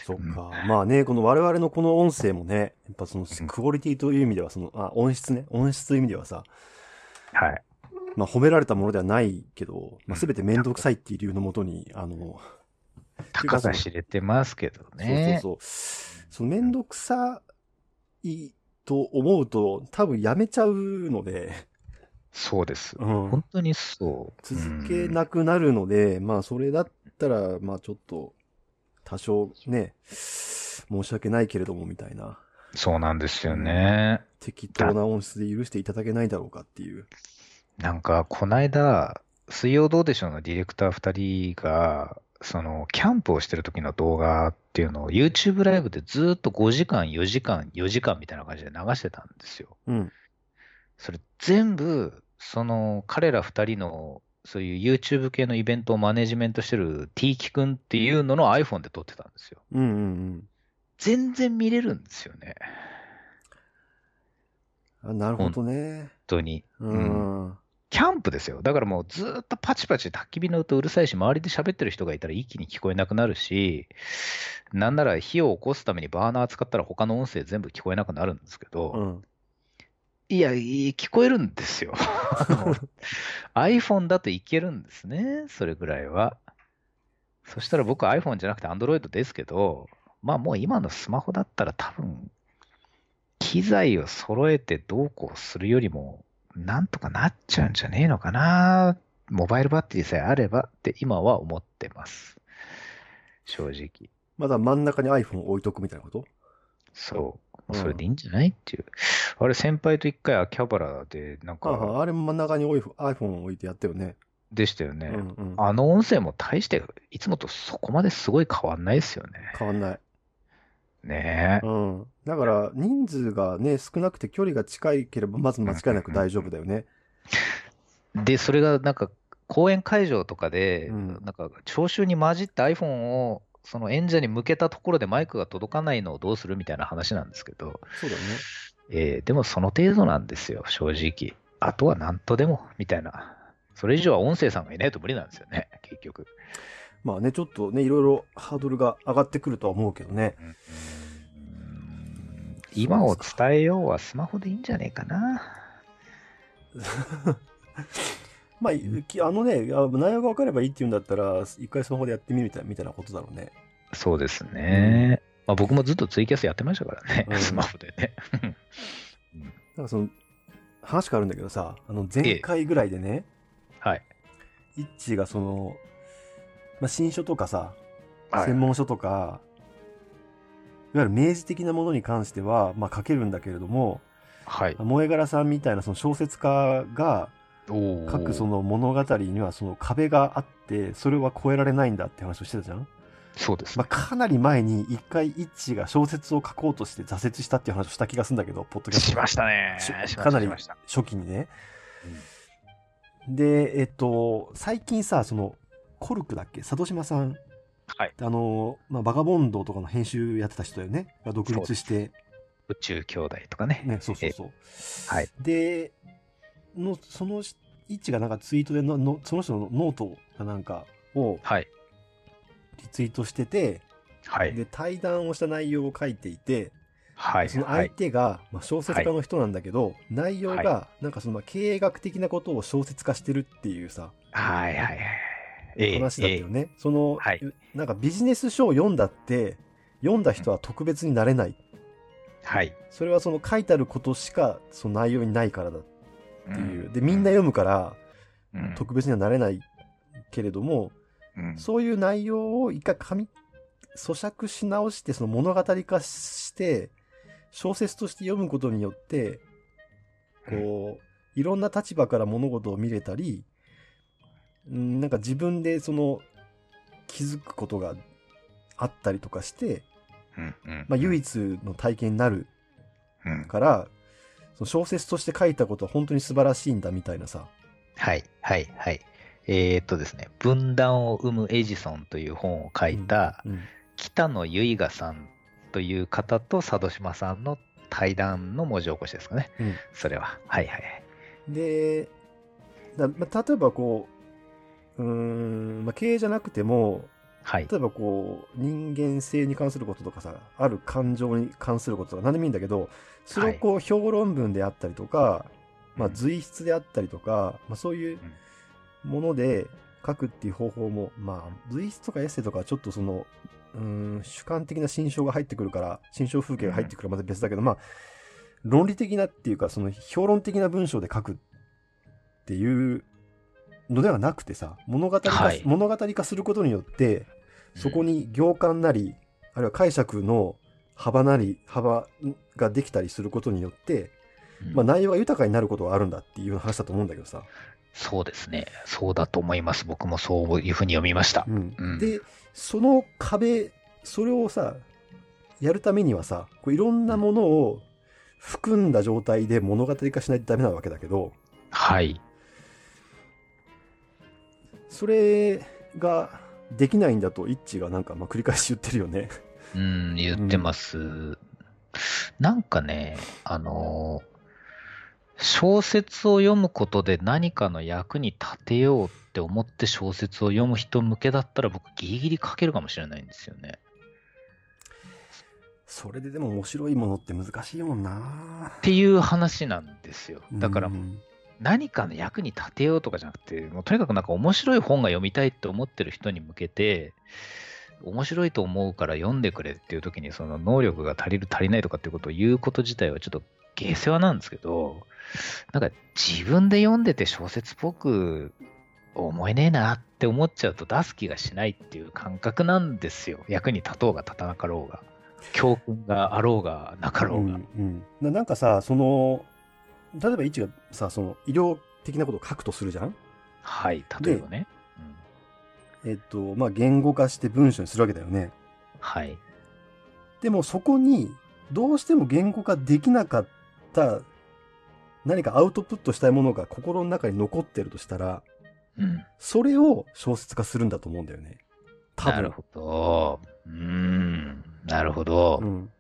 [SPEAKER 1] そっか。まあね、この我々のこの音声もね、やっぱその
[SPEAKER 2] うん
[SPEAKER 1] クオリティという意味では、その、あ、音質ね。音質という意味ではさ、
[SPEAKER 2] はい
[SPEAKER 1] まあ褒められたものではないけど、まあ全てめんどくさいっていう理由のもとに、あの、
[SPEAKER 2] たかが知れてますけどね
[SPEAKER 1] そうそうそう。そのめんどくさいと思うと、多分やめちゃうので、
[SPEAKER 2] そうです
[SPEAKER 1] うん
[SPEAKER 2] 本当にそう
[SPEAKER 1] 続けなくなるので、まあそれだったら、まあちょっと、多少ね、申し訳ないけれどもみたいな、
[SPEAKER 2] そうなんですよね。
[SPEAKER 1] 適当な音質で許していただけないだろうかっていう。
[SPEAKER 2] なんか、こないだ、水曜どうでしょうのディレクター2人が、その、キャンプをしてる時の動画っていうのを YouTube ライブでずーっと5時間、4時間、4時間みたいな感じで流してたんですよ。
[SPEAKER 1] うん。
[SPEAKER 2] それ全部、その、彼ら2人の、そういう YouTube 系のイベントをマネジメントしてる T キ君っていうのの iPhone で撮ってたんですよ。
[SPEAKER 1] うんうん
[SPEAKER 2] 全然見れるんですよね。
[SPEAKER 1] うん。あなるほどね。
[SPEAKER 2] 本当に。
[SPEAKER 1] うん。うん
[SPEAKER 2] キャンプですよ。だからもうずーっとパチパチ焚き火の音うるさいし、周りで喋ってる人がいたら一気に聞こえなくなるし、なんなら火を起こすためにバーナー使ったら他の音声全部聞こえなくなるんですけど、
[SPEAKER 1] うん。
[SPEAKER 2] いや、いい聞こえるんで すよ。iPhone だといけるんですね、それぐらいは。そしたら僕 iPhone じゃなくて Android ですけど、まあもう今のスマホだったら多分、機材を揃えてどうこうするよりも、なんとかなっちゃうんじゃねえのかな、モバイルバッテリーさえあればって今は思ってます。正直。
[SPEAKER 1] まだ真ん中に iPhone 置いとくみたいなこと
[SPEAKER 2] そう。
[SPEAKER 1] うん
[SPEAKER 2] それでいいんじゃないっていう。あれ、先輩と一回秋葉原で、なん
[SPEAKER 1] あ
[SPEAKER 2] か、
[SPEAKER 1] ああれも真ん中に iPhone 置いてやったよね。
[SPEAKER 2] でしたよね。
[SPEAKER 1] うんうん。
[SPEAKER 2] あの音声も大して、いつもとそこまですごい変わんないですよね。
[SPEAKER 1] 変わんない。
[SPEAKER 2] ねえ。
[SPEAKER 1] うん。だから、人数がね、少なくて距離が近いければ、まず間違いなく大丈夫だよね。
[SPEAKER 2] で、それがなんか、講演会場とかで、
[SPEAKER 1] うん
[SPEAKER 2] なんか、聴衆に混じった iPhone を、その演者に向けたところでマイクが届かないのをどうするみたいな話なんですけど、
[SPEAKER 1] そうだね。
[SPEAKER 2] えーでもその程度なんですよ、正直。あとは何とでも、みたいな。それ以上は音声さんがいないと無理なんですよね、結局。
[SPEAKER 1] まあね、ちょっとね、いろいろハードルが上がってくるとは思うけどね。
[SPEAKER 2] 今を伝えようはスマホでいいんじゃねえかな。
[SPEAKER 1] まあ、きあのね、あ内容が分かればいいっていうんだったら、一回スマホでやってみるみたいみたいなことだろうね。
[SPEAKER 2] そうですね。まあ、僕もずっとツイキャスやってましたからね、
[SPEAKER 1] うん
[SPEAKER 2] スマホで ね。
[SPEAKER 1] なんかその、話変わるんだけどさ、あの、前回ぐらいでね、
[SPEAKER 2] はい。
[SPEAKER 1] イッチがその、まあ、新書とかさ、専門書とか、いわゆる明示的なものに関しては、まあ、書けるんだけれども、
[SPEAKER 2] はい。
[SPEAKER 1] 萌え柄さんみたいなその小説家が
[SPEAKER 2] お
[SPEAKER 1] 書くそ
[SPEAKER 2] の。
[SPEAKER 1] の物語にはその壁があって、それは超えられないんだって話をしてたじゃん
[SPEAKER 2] そうです
[SPEAKER 1] まあ、
[SPEAKER 2] ね。
[SPEAKER 1] かなり前に一回イッチが小説を書こうとして挫折したっていう話をした気がするんだけど、ポッドキャス
[SPEAKER 2] し
[SPEAKER 1] トの
[SPEAKER 2] ましたね。
[SPEAKER 1] し
[SPEAKER 2] しました
[SPEAKER 1] かなり
[SPEAKER 2] しました。
[SPEAKER 1] 初期にね。で、えっと、最近さ、その、コルクだっけ佐渡島さん。
[SPEAKER 2] はい。
[SPEAKER 1] あの、まあ、バガボンドとかの編集やってた人だよね。が独立して。
[SPEAKER 2] 宇宙兄弟とかね。
[SPEAKER 1] ね、そうそうそう。
[SPEAKER 2] はい
[SPEAKER 1] で、の、その、イッチがなんかツイートでのの、その人のノートかなんかを
[SPEAKER 2] はい。
[SPEAKER 1] リツイートしてて、
[SPEAKER 2] はい。
[SPEAKER 1] で、対談をした内容を書いていて、
[SPEAKER 2] はい。
[SPEAKER 1] その
[SPEAKER 2] は
[SPEAKER 1] 相
[SPEAKER 2] い。
[SPEAKER 1] 手が、まあ、小説家の人なんだけど、内容が、なんかその、まあ、経営学的なことを小説化してるっていうさ、
[SPEAKER 2] はい。はい。ええ
[SPEAKER 1] 話だったよね。その、
[SPEAKER 2] はい
[SPEAKER 1] なんかビジネス書を読んだって、読んだ人は特別になれない。
[SPEAKER 2] はい。
[SPEAKER 1] それはその書いてあることしか、その内容にないからだっ
[SPEAKER 2] って
[SPEAKER 1] いう。で、みんな読むから、
[SPEAKER 2] む
[SPEAKER 1] 特別にはなれないけれども、そういう内容を一回紙、咀嚼し直して、その物語化して、小説として読むことによって、こう、いろんな立場から物事を見れたり、うんなんか自分でその、気づくことがあったりとかして、
[SPEAKER 2] うん。うん
[SPEAKER 1] まあ、唯
[SPEAKER 2] 一。
[SPEAKER 1] 一の体験になる
[SPEAKER 2] うん
[SPEAKER 1] から、その小説として書いたことは本当に素晴らしいんだみたいなさ。
[SPEAKER 2] はい。はい。はい。えーっとですね、分断を生むエジソンという本を書いた、
[SPEAKER 1] うん、
[SPEAKER 2] 北野由賀さんという方と佐渡島さんの対談の文字起こしですかね。
[SPEAKER 1] うん
[SPEAKER 2] それは。はいはいはい。
[SPEAKER 1] で、だまあ例えばこう、うーん、まあ、経営じゃなくても、
[SPEAKER 2] はい。
[SPEAKER 1] 例えばこう、人間性に関することとかさ、ある感情に関することとか、何でもいいんだけど、それをこう、評論文であったりとか、まあ、
[SPEAKER 2] うん
[SPEAKER 1] 随筆であったりとか、まあ、そういうもので書くっていう方法も、まあ、随筆とかエッセイとかはちょっとその、うーん、主観的な心象が入ってくるから、心象風景が入ってくるからまた別だけど、まあ、論理的なっていうか、その評論的な文章で書くっていうのではなくてさ、物語化、
[SPEAKER 2] はい
[SPEAKER 1] 物語化することによって、そこに行間なり、あるいは解釈の幅なり、幅ができたりすることによって、
[SPEAKER 2] うん、
[SPEAKER 1] まあ内容が豊かになることはあるんだっていう話だと思うんだけどさ。
[SPEAKER 2] そうですね。そうだと思います。僕もそういうふうに読みました
[SPEAKER 1] う。ん
[SPEAKER 2] うん
[SPEAKER 1] で、その壁、それをさ、やるためにはさ、こういろんなものを含んだ状態で物語化しないとダメなわけだけど、
[SPEAKER 2] はい。
[SPEAKER 1] それができないんだと、イッチがなんかまあ繰り返し言ってるよね。
[SPEAKER 2] うん、言ってます。なんかね、あのー小説を読むことで何かの役に立てようって思って小説を読む人向けだったら僕ギリギリ書けるかもしれないんですよね。
[SPEAKER 1] それででも面白いものって難しいもんな
[SPEAKER 2] っていう話なんですよ。だから
[SPEAKER 1] うん
[SPEAKER 2] 何かの役に立てようとかじゃなくて、もうとにかくなんか面白い本が読みたいって思ってる人に向けて、面白いと思うから読んでくれっていう時にその能力が足りる足りないとかっていうことを言うこと自体はちょっと下世話なんですけどなんか自分で読んでて小説っぽく思えねえなって思っちゃうと出す気がしないっていう感覚なんですよ役に立とうが立たなかろうが教訓があろうがなかろうが、
[SPEAKER 1] んうんななんかさその例えば一がさその医療的なことを書くとするじゃん
[SPEAKER 2] はい例えばね、うん
[SPEAKER 1] えっとまあ言語化して文章にするわけだよね
[SPEAKER 2] はい
[SPEAKER 1] でもそこにどうしても言語化できなかった何かアウトプットしたいものが心の中に残ってるとしたら
[SPEAKER 2] うん
[SPEAKER 1] それを小説化するんだと思うんだよね多分
[SPEAKER 2] なるほど。うーん。なるほど。
[SPEAKER 1] うん、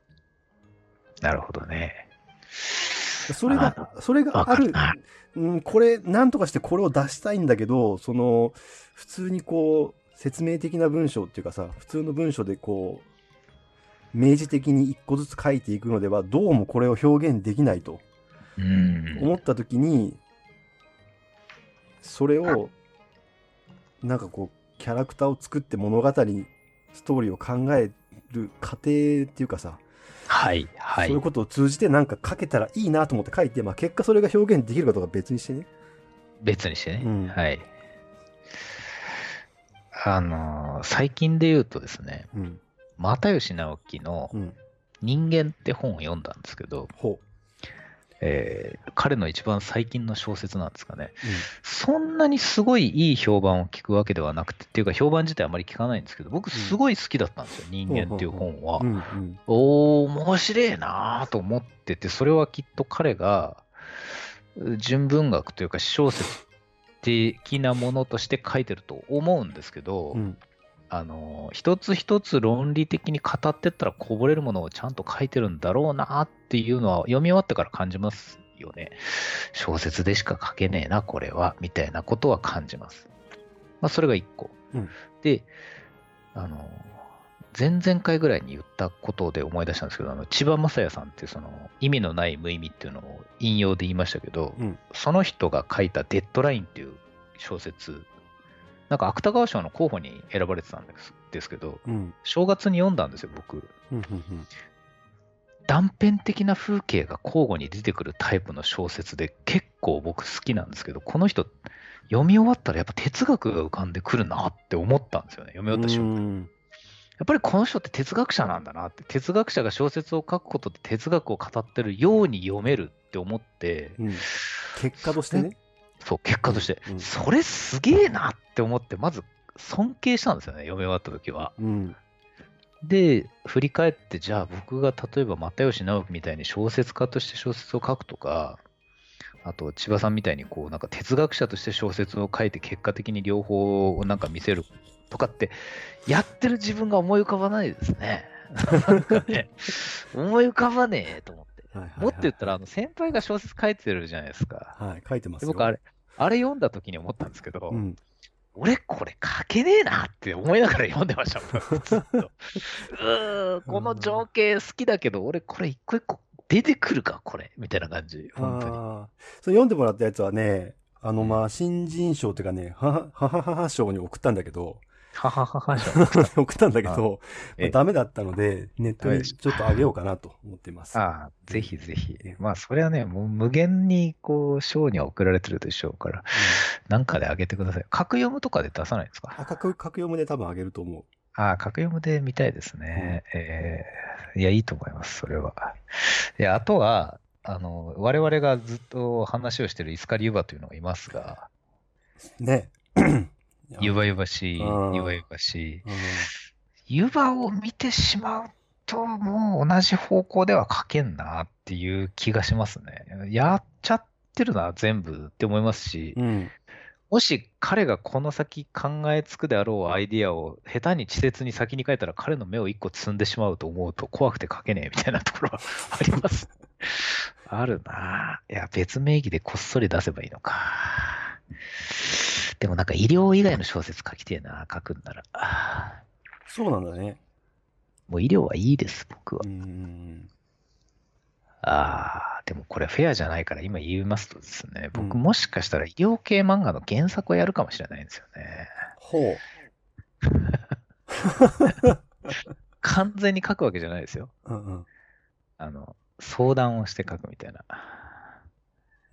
[SPEAKER 2] なるほどね。
[SPEAKER 1] それがそれがある
[SPEAKER 2] わか
[SPEAKER 1] うん、これ、なんとかしてこれを出したいんだけど、その、普通にこう、説明的な文章っていうかさ、普通の文章でこう、明示的に一個ずつ書いていくのでは、どうもこれを表現できないと
[SPEAKER 2] う
[SPEAKER 1] 思
[SPEAKER 2] ん。
[SPEAKER 1] った時に、それを、なんかこう、キャラクターを作って物語、ストーリーを考える過程っていうかさ、
[SPEAKER 2] はい、は
[SPEAKER 1] そうい。
[SPEAKER 2] いう
[SPEAKER 1] ことを通じてなんか書けたらいいなと思って書いて、まあ結果それが表現できるかとか別にしてね。
[SPEAKER 2] 別にしてね。
[SPEAKER 1] うん
[SPEAKER 2] はい。あのー最近で言うとですね、
[SPEAKER 1] うん。
[SPEAKER 2] 又吉直樹の
[SPEAKER 1] うん。
[SPEAKER 2] 「人間」って本を読んだんですけど、
[SPEAKER 1] ほう。
[SPEAKER 2] えー彼の一番最近の小説なんですかね。
[SPEAKER 1] うん
[SPEAKER 2] そんなにすごいいい評判を聞くわけではなくて、っていうか評判自体あまり聞かないんですけど、僕すごい好きだったんですよ、人間っていう本は。
[SPEAKER 1] うんうん
[SPEAKER 2] おー、面白いなーと思ってて、それはきっと彼が、う純文学というか小説的なものとして書いてると思うんですけど、
[SPEAKER 1] うん
[SPEAKER 2] あのー、一つ一つ論理的に語ってったらこぼれるものをちゃんと書いてるんだろうなーっていうのは読み終わってから感じますよね。小説でしか書けねえな、これは、みたいなことは感じます。まあ、それが一個。
[SPEAKER 1] うん
[SPEAKER 2] で、あの、前々回ぐらいに言ったことで思い出したんですけど、あの千葉雅也さんっていうその意味のない無意味っていうのを引用で言いましたけど、
[SPEAKER 1] うん
[SPEAKER 2] その人が書いた「デッドライン」っていう小説、なんか芥川賞の候補に選ばれてたんですですけど、
[SPEAKER 1] うん
[SPEAKER 2] 正月に読んだんですよ、僕。
[SPEAKER 1] うんうん
[SPEAKER 2] 断片的な風景が交互に出てくるタイプの小説で結構僕好きなんですけどこの人読み終わったらやっぱ哲学が浮かんでくるなって思ったんですよね読み終わった瞬間
[SPEAKER 1] うん
[SPEAKER 2] やっぱりこの人って哲学者なんだなって哲学者が小説を書くことで哲学を語ってるように読めるって思って
[SPEAKER 1] うん結果としてね。
[SPEAKER 2] そう結果として
[SPEAKER 1] うんうん
[SPEAKER 2] それすげえなって思ってまず尊敬したんですよね読み終わった時は
[SPEAKER 1] うん
[SPEAKER 2] で、振り返って、じゃあ僕が例えば又吉直樹みたいに小説家として小説を書くとか、あと千葉さんみたいにこうなんか哲学者として小説を書いて結果的に両方をなんか見せるとかって、やってる自分が思い浮かばないですね。なんかね、 思い浮かばねえと思って。
[SPEAKER 1] はいはいはい
[SPEAKER 2] もっと言ったら、あの先輩が小説書いてるじゃないですか。
[SPEAKER 1] はい、書いてます
[SPEAKER 2] で
[SPEAKER 1] よ。
[SPEAKER 2] 僕あれ、あれ読んだ時に思ったんですけど、
[SPEAKER 1] うん
[SPEAKER 2] 俺これ書けねえなって思いながら読んでまし たもんずっとうーんこの情景好きだけど俺これ一個一個出てくるかこれみたいな感じ本当に
[SPEAKER 1] あーそれ読んでもらったやつはね、あの、まあ、新人賞っていうかね、ははははは賞に送ったんだけ ど、
[SPEAKER 2] はははは
[SPEAKER 1] 送ったんだけど、
[SPEAKER 2] え
[SPEAKER 1] まあダメだったので、ネット
[SPEAKER 2] ダメ
[SPEAKER 1] に
[SPEAKER 2] でし
[SPEAKER 1] ち
[SPEAKER 2] た
[SPEAKER 1] ょっと上げようかなと思っています。
[SPEAKER 2] ああぜひぜひまあそれはねもう無限にこう賞には送られてるでしょうからなんかであげてください格読むとかで出さないんですか
[SPEAKER 1] 赤く、格読むで多分上げると思
[SPEAKER 2] ああ格読むで見たいですね、ええいやいいと思いますそれはいやあとはあの我々がずっと話をしてるイスカリユバというのがいますが
[SPEAKER 1] う。 ね。
[SPEAKER 2] ゆばゆばしい、
[SPEAKER 1] うん
[SPEAKER 2] ゆばゆばしい。
[SPEAKER 1] うん
[SPEAKER 2] ゆばを見てしまうと、もう同じ方向では書けんなっていう気がしますね。やっちゃってるな、全部って思いますし、
[SPEAKER 1] うん。
[SPEAKER 2] もし彼がこの先考えつくであろうアイディアを下手に稚拙に先に書いたら彼の目を一個積んでしまうと思うと怖くて書けねえみたいなところはあり ます。あるなぁ。いや、別名義でこっそり出せばいいのか。でもなんか医療以外の小説書きてえな書くんなら。
[SPEAKER 1] そうなんだね。
[SPEAKER 2] もう医療はいいです、僕は
[SPEAKER 1] う。ん。
[SPEAKER 2] ああ、でもこれフェアじゃないから今言いますとですね、僕
[SPEAKER 1] うん
[SPEAKER 2] もしかしたら医療系漫画の原作をやるかもしれないんですよね。
[SPEAKER 1] ほう。
[SPEAKER 2] 完全に書くわけじゃないですよ。
[SPEAKER 1] うんうん。
[SPEAKER 2] あの、相談をして書くみたいな。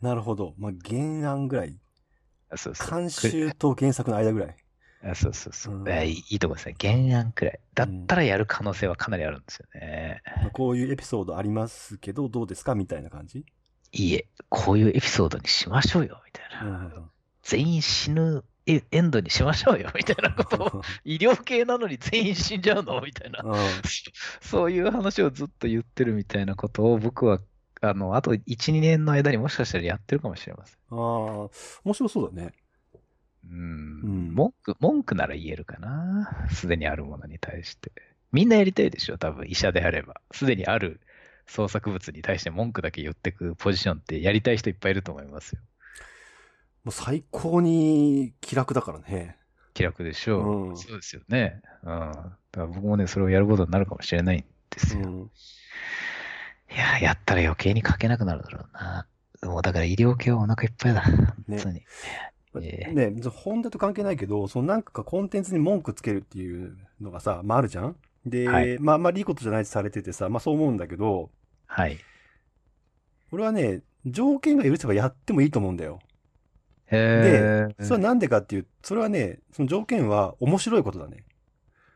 [SPEAKER 1] なるほど。まあ、原案ぐらい。
[SPEAKER 2] あそうそう。
[SPEAKER 1] 監修と原作の間 ぐらい。
[SPEAKER 2] あそうそうそう、
[SPEAKER 1] うん
[SPEAKER 2] あいい。いいとこですね。原案くらい。だったらやる可能性はかなりあるんですよね。
[SPEAKER 1] まあこういうエピソードありますけど、どうですかみたいな感じ。
[SPEAKER 2] いいえ、こういうエピソードにしましょうよ、みたいな。全員死ぬエエンドにしましょうよ、みたいなことを。 医療系なのに全員死んじゃうのみたいな。そういう話をずっと言ってるみたいなことを僕は、あの、あと1、2年の間にもしかしたらやってるかもしれません。
[SPEAKER 1] ああ、面白そうだね。う
[SPEAKER 2] うん。
[SPEAKER 1] ん
[SPEAKER 2] 文句、文句なら言えるかな。すでにあるものに対して。みんなやりたいでしょ、多分医者であれば。すでにある創作物に対して文句だけ言ってくポジションってやりたい人いっぱいいると思いますよ。
[SPEAKER 1] もう最高に気楽だからね。
[SPEAKER 2] 気楽でしょう。
[SPEAKER 1] うん
[SPEAKER 2] そうですよね。うん。だから僕もね、それをやることになるかもしれないんです
[SPEAKER 1] う
[SPEAKER 2] よ。
[SPEAKER 1] ん。
[SPEAKER 2] いや、やったら余計に書けなくなるだろうな。もうだから医療系はお腹いっぱいだ。本当に。ええ
[SPEAKER 1] ね、本題と関係ないけど、そのなんかコンテンツに文句つけるっていうのがさ、まああるじゃんで、
[SPEAKER 2] はい
[SPEAKER 1] まああんまりいいことじゃないってされててさ、まあそう思うんだけど、
[SPEAKER 2] はい。
[SPEAKER 1] 俺はね、条件が許せばやってもいいと思うんだよ。
[SPEAKER 2] へえ。
[SPEAKER 1] それはなんでかっていう、それはね、その条件は面白いことだね。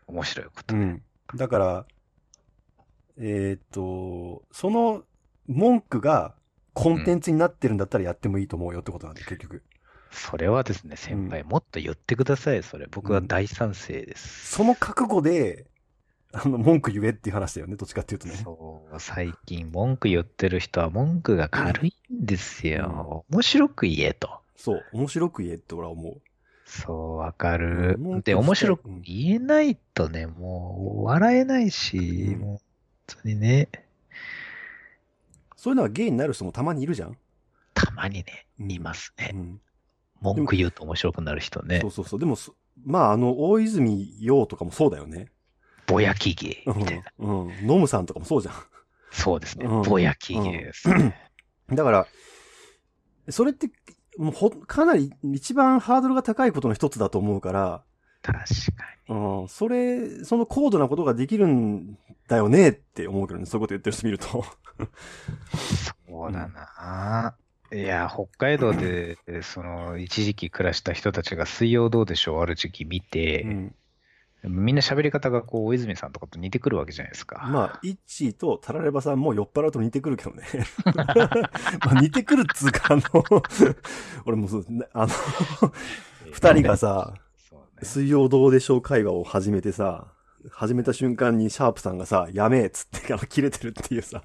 [SPEAKER 2] 面白いこと。
[SPEAKER 1] うん。だから、えーっと、その文句がコンテンツになってるんだったらやってもいいと思うよってことなんで、結局。
[SPEAKER 2] それはですね、先輩、もっと言ってください、それ。僕は大賛成です。
[SPEAKER 1] その覚悟で、あの、文句言えっていう話だよね、どっちかっていうとね。
[SPEAKER 2] そう、最近文句言ってる人は文句が軽いんですよ。面白く言えと。
[SPEAKER 1] そう、面白く言えって俺は思
[SPEAKER 2] そう、わかる
[SPEAKER 1] うん文句自。体
[SPEAKER 2] で、面白
[SPEAKER 1] う
[SPEAKER 2] く
[SPEAKER 1] ん
[SPEAKER 2] 言えないとね、もう笑えないし、
[SPEAKER 1] うん
[SPEAKER 2] もう本当にね、
[SPEAKER 1] う。そういうのはゲイになる人もたまにいるじゃん。
[SPEAKER 2] たまにね、
[SPEAKER 1] うん
[SPEAKER 2] いますね
[SPEAKER 1] う。ん。
[SPEAKER 2] 文句言うと面白くなる人ね
[SPEAKER 1] そう。そうそう。でもそ、まあ、あの、大泉洋とかもそうだよね。
[SPEAKER 2] ぼやき芸
[SPEAKER 1] うん
[SPEAKER 2] みたいな。。
[SPEAKER 1] うん。ノムさんとかもそうじゃん。
[SPEAKER 2] そうですね
[SPEAKER 1] うん。
[SPEAKER 2] ぼやき芸ですね。
[SPEAKER 1] だから、それって、もうほ、かなり一番ハードルが高いことの一つだと思うから、
[SPEAKER 2] 確かに。
[SPEAKER 1] うん、それ、その高度なことができるんだよねって思うけどね、そういうこと言ってる人見ると。
[SPEAKER 2] そうだな。いや、北海道で、その、一時期暮らした人たちが水曜どうでしょうある時期見
[SPEAKER 1] う
[SPEAKER 2] て、
[SPEAKER 1] ん、
[SPEAKER 2] みんな喋り方がこう、大泉さんとかと似てくるわけじゃないですか。
[SPEAKER 1] まあ、イッチーとタラレバさんも酔っ払うと似てくるけどね。 まあ似てくるっつうか、あの、 俺もそう、な あの、二人がさ、
[SPEAKER 2] そうね、
[SPEAKER 1] 水曜どうでしょう会話を始めてさ、始めた瞬間にシャープさんがさ、やめえっつって、あの、切れてるっていうさ。